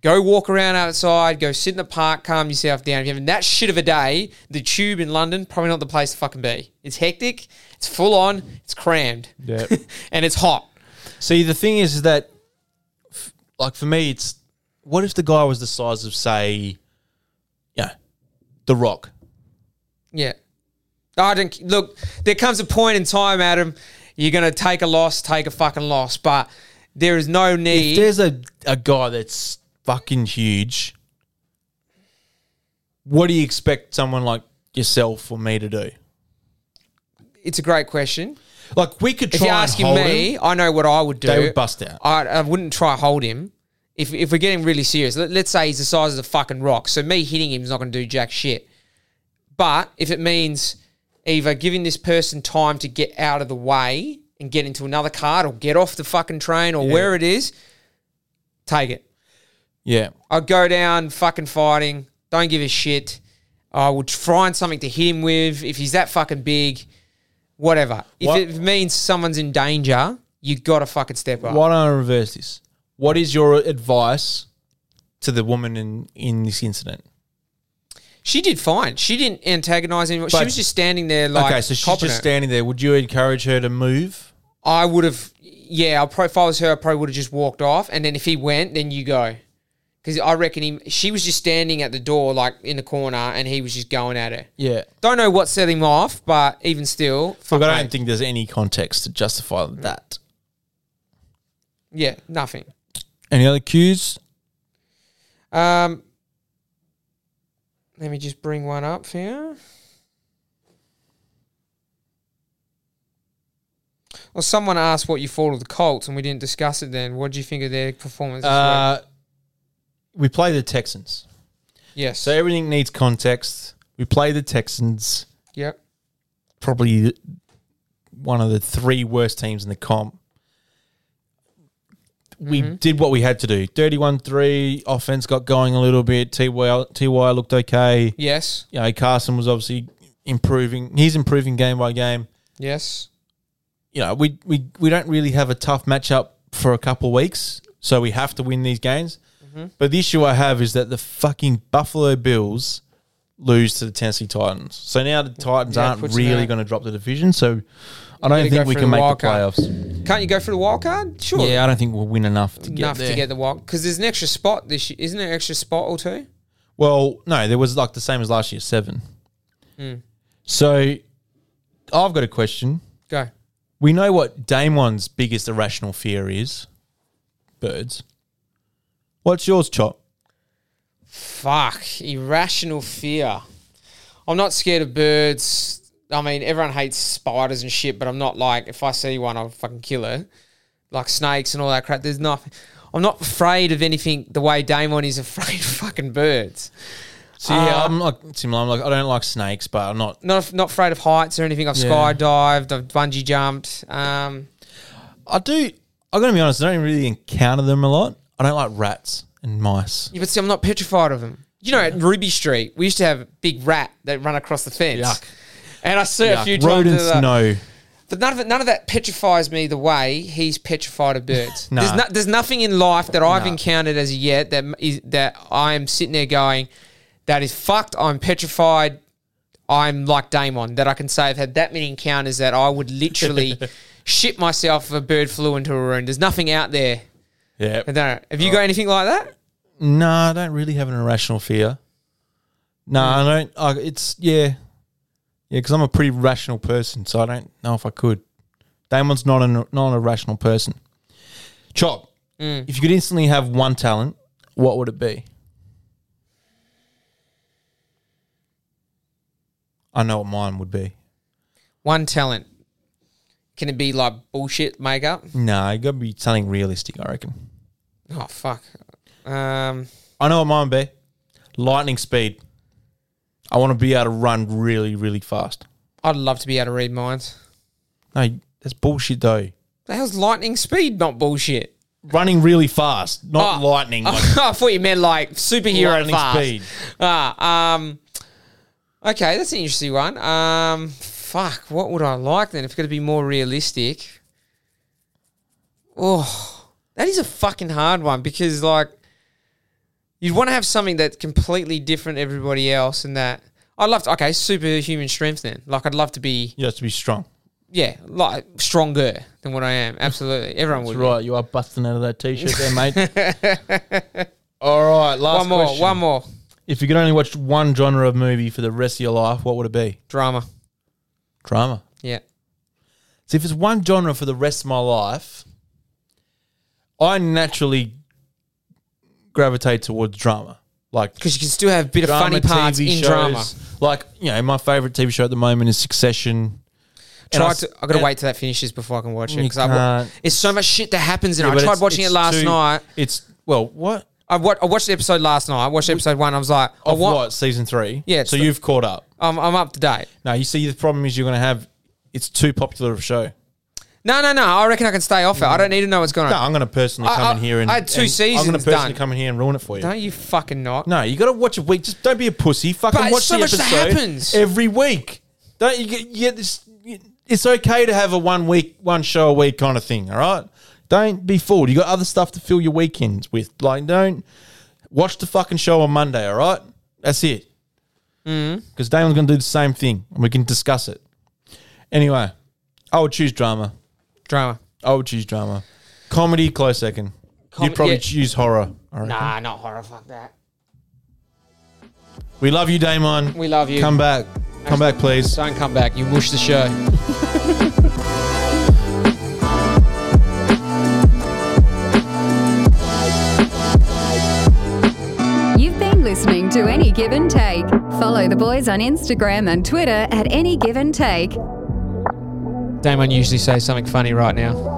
Speaker 3: go walk around outside, go sit in the park, calm yourself down. If you're having that shit of a day, the tube in London, probably not the place to fucking be. It's hectic, it's full on, it's crammed,
Speaker 2: Yeah.
Speaker 3: and it's hot.
Speaker 2: See, the thing is that, f- like for me, it's what if the guy was the size of, say, yeah, The Rock.
Speaker 3: Yeah. I don't look, there comes a point in time, Adam, you're gonna take a loss, take a fucking loss, but there is no
Speaker 2: If
Speaker 3: need.
Speaker 2: there's a, a guy that's fucking huge, what do you expect someone like yourself or me to do?
Speaker 3: it's a great question.
Speaker 2: Like we could try
Speaker 3: If you're
Speaker 2: and
Speaker 3: asking
Speaker 2: hold
Speaker 3: me,
Speaker 2: him,
Speaker 3: I know what I would do.
Speaker 2: they would bust out.
Speaker 3: I, I wouldn't try hold him. If, if we're getting really serious, let, let's say he's the size of a fucking rock. So me hitting him is not going to do jack shit. But if it means either giving this person time to get out of the way and get into another card or get off the fucking train or where it is, take it.
Speaker 2: Yeah,
Speaker 3: I go down fucking fighting. Don't give a shit. I will find something to hit him with if he's that fucking big. Whatever. If
Speaker 2: What-
Speaker 3: it means someone's in danger, you gotta fucking step up.
Speaker 2: Why don't I reverse this? What is your advice to the woman in in this incident?
Speaker 3: She did fine. She didn't antagonize anyone. she
Speaker 2: But-
Speaker 3: was just standing there like.
Speaker 2: okay, so she's
Speaker 3: copping
Speaker 2: just
Speaker 3: it.
Speaker 2: standing there. Would you encourage her to move?
Speaker 3: I would have. Yeah, I probably, if I was her, I probably would have just walked off. And then if he went, then you go. Because I reckon he, she was just standing at the door, like in the corner, and he was just going at her.
Speaker 2: Yeah.
Speaker 3: Don't know what set him off, but even still, fuck
Speaker 2: Look, I don't
Speaker 3: mate.
Speaker 2: think there's any context to justify that.
Speaker 3: yeah, nothing.
Speaker 2: Any other cues?
Speaker 3: Um, let me just bring one up here. Well, someone asked what you thought of the Colts, and we didn't discuss it. Then, what do you think of their performance? this week?
Speaker 2: Uh, we play the Texans.
Speaker 3: yes.
Speaker 2: So everything needs context. We play the Texans,
Speaker 3: yep.
Speaker 2: probably one of the three worst teams in the comp. We
Speaker 3: Mm-hmm.
Speaker 2: did what we had to do. 31 3, offense got going a little bit. TY, TY looked okay.
Speaker 3: Yes.
Speaker 2: You know, Carson was obviously improving. He's improving game by game.
Speaker 3: Yes.
Speaker 2: you know, we we we don't really have a tough matchup for a couple of weeks, so we have to win these games.
Speaker 3: Mm-hmm.
Speaker 2: But the issue I have is that the fucking Buffalo Bills lose to the Tennessee Titans. So now the Titans
Speaker 3: Yeah, it
Speaker 2: aren't
Speaker 3: puts them
Speaker 2: really
Speaker 3: out.
Speaker 2: going to drop the division. So I don't
Speaker 3: gotta
Speaker 2: think
Speaker 3: go
Speaker 2: we
Speaker 3: through
Speaker 2: can
Speaker 3: the
Speaker 2: make the
Speaker 3: wild card.
Speaker 2: playoffs.
Speaker 3: Can't you go for the wild card? Sure.
Speaker 2: Yeah, I don't think we'll win enough to get
Speaker 3: Enough
Speaker 2: there.
Speaker 3: to get the wild because there's an extra spot this year. Isn't there an extra spot or two?
Speaker 2: Well, no, there was like the same as last year, seven.
Speaker 3: Mm.
Speaker 2: So I've got a question.
Speaker 3: Go.
Speaker 2: We know what Damon's biggest irrational fear is birds. What's yours, Chop?
Speaker 3: Fuck. Irrational fear. I'm not scared of birds. I mean, everyone hates spiders and shit, but I'm not like, if I see one, I'll fucking kill her. Like snakes and all that crap. There's nothing. I'm not afraid of anything the way Damon is afraid of fucking birds.
Speaker 2: See,
Speaker 3: Uh,
Speaker 2: yeah, I'm like similar. I'm like I don't like snakes, but I'm not.
Speaker 3: Not not afraid of heights or anything. I've
Speaker 2: Yeah.
Speaker 3: skydived. I've bungee jumped. Um,
Speaker 2: I do. I'm gonna be honest. I don't really encounter them a lot. I don't like rats, and mice.
Speaker 3: Yeah, but see, I'm not petrified of them. You know, at Ruby Street, we used to have a big rat that run across the fence.
Speaker 2: Yuck.
Speaker 3: And I saw a few times.
Speaker 2: Rodents,
Speaker 3: that-
Speaker 2: no.
Speaker 3: But none of it, none of that petrifies me the way he's petrified of birds.
Speaker 2: Nah.
Speaker 3: there's, no, there's nothing in life that I've
Speaker 2: Nah.
Speaker 3: encountered as yet that is that I am sitting there going, that is fucked. I'm petrified. I'm like Damon that I can say I've had that many encounters that I would literally shit myself if a bird flew into a room. There's nothing out there.
Speaker 2: Yeah.
Speaker 3: I don't know. Have you
Speaker 2: Oh.
Speaker 3: got anything like that?
Speaker 2: No, I don't really have an irrational fear. No, I don't. I, it's yeah, yeah, because I'm a pretty rational person, so I don't know if I could. Damon's not an not a rational person. Chop. If you could instantly have one talent, what would it be? I know what mine would be.
Speaker 3: One talent. Can it be like bullshit makeup?
Speaker 2: No, it got to be something realistic. I reckon.
Speaker 3: Oh fuck. Um,
Speaker 2: I know what mine would be. Lightning speed. I want to be able to run really, really fast.
Speaker 3: I'd love to be able to read minds.
Speaker 2: No, that's bullshit though.
Speaker 3: The hell's lightning speed not bullshit?
Speaker 2: Running really fast, not
Speaker 3: Oh.
Speaker 2: lightning. Like
Speaker 3: I thought you meant like superhero
Speaker 2: lightning
Speaker 3: fast.
Speaker 2: speed.
Speaker 3: Ah, um, okay, that's an interesting one. Um, fuck, what would I like then? If it could be more realistic. Oh, that is a fucking hard one because like you'd want to have something that's completely different to everybody else, and that I'd love to. Okay, superhuman strength then. Like I'd love to be
Speaker 2: You have to be strong.
Speaker 3: yeah, like stronger than what I am. Absolutely, everyone would.
Speaker 2: That's
Speaker 3: be.
Speaker 2: right. You are busting out of that t-shirt there, mate. All right, last
Speaker 3: One more,
Speaker 2: question.
Speaker 3: one more
Speaker 2: If you could only watch one genre of movie for the rest of your life, what would it be?
Speaker 3: drama.
Speaker 2: Drama.
Speaker 3: Yeah.
Speaker 2: So if it's one genre for the rest of my life, I naturally gravitate towards drama. Like
Speaker 3: because you can still have a bit of
Speaker 2: drama,
Speaker 3: funny parts
Speaker 2: TV
Speaker 3: in
Speaker 2: shows.
Speaker 3: drama.
Speaker 2: Like you know, my favorite TV show at the moment is Succession. And
Speaker 3: Try
Speaker 2: s-
Speaker 3: to, I got to
Speaker 2: and-
Speaker 3: wait till that finishes before I can watch it
Speaker 2: You
Speaker 3: because I wa-
Speaker 2: can't.
Speaker 3: it's so much shit that happens. And
Speaker 2: Yeah,
Speaker 3: I
Speaker 2: but
Speaker 3: tried
Speaker 2: it's-
Speaker 3: watching it
Speaker 2: it's
Speaker 3: last
Speaker 2: too-
Speaker 3: night.
Speaker 2: It's well, what
Speaker 3: I, wa- I watched the episode last night. I watched episode one. I was like, I
Speaker 2: of what?
Speaker 3: want.
Speaker 2: season three?
Speaker 3: Yeah, it's
Speaker 2: So
Speaker 3: the-
Speaker 2: you've caught up.
Speaker 3: I'm, I'm up to date.
Speaker 2: Now you see the problem is you're going to have it's too popular of a show.
Speaker 3: No, no, no. I reckon I can stay off it. I don't need to know what's going
Speaker 2: No,
Speaker 3: on.
Speaker 2: I'm going to personally
Speaker 3: I-
Speaker 2: come
Speaker 3: I-
Speaker 2: in here and
Speaker 3: I had two
Speaker 2: and I'm
Speaker 3: seasons
Speaker 2: going to personally
Speaker 3: done.
Speaker 2: come in here and ruin it for you.
Speaker 3: Don't you fucking not.
Speaker 2: No, you got to watch a week. Just don't be a pussy. Fucking
Speaker 3: But
Speaker 2: watch
Speaker 3: so
Speaker 2: the
Speaker 3: much that
Speaker 2: episode
Speaker 3: happens.
Speaker 2: every week. Don't you get, you get this? It's okay to have a one week, one show a week kind of thing. All right. Don't be fooled. You got other stuff to fill your weekends with. Like, don't watch the fucking show on Monday. All right. That's it.
Speaker 3: Mm.
Speaker 2: Because Damon's going to do the same thing, and we can discuss it. Anyway, I would choose drama.
Speaker 3: Drama.
Speaker 2: I would choose drama. Comedy, close second.
Speaker 3: Com-
Speaker 2: You'd probably
Speaker 3: yeah.
Speaker 2: choose horror. All right.
Speaker 3: Nah, not horror. Fuck that.
Speaker 2: We love you, Damon.
Speaker 3: We love you.
Speaker 2: Come back. Come back, please.
Speaker 3: Don't come back. You mush the show.
Speaker 1: You've been listening to Any Give and Take. Follow the boys on Instagram and Twitter at Any Give and Take.
Speaker 3: Damon usually says something funny right now.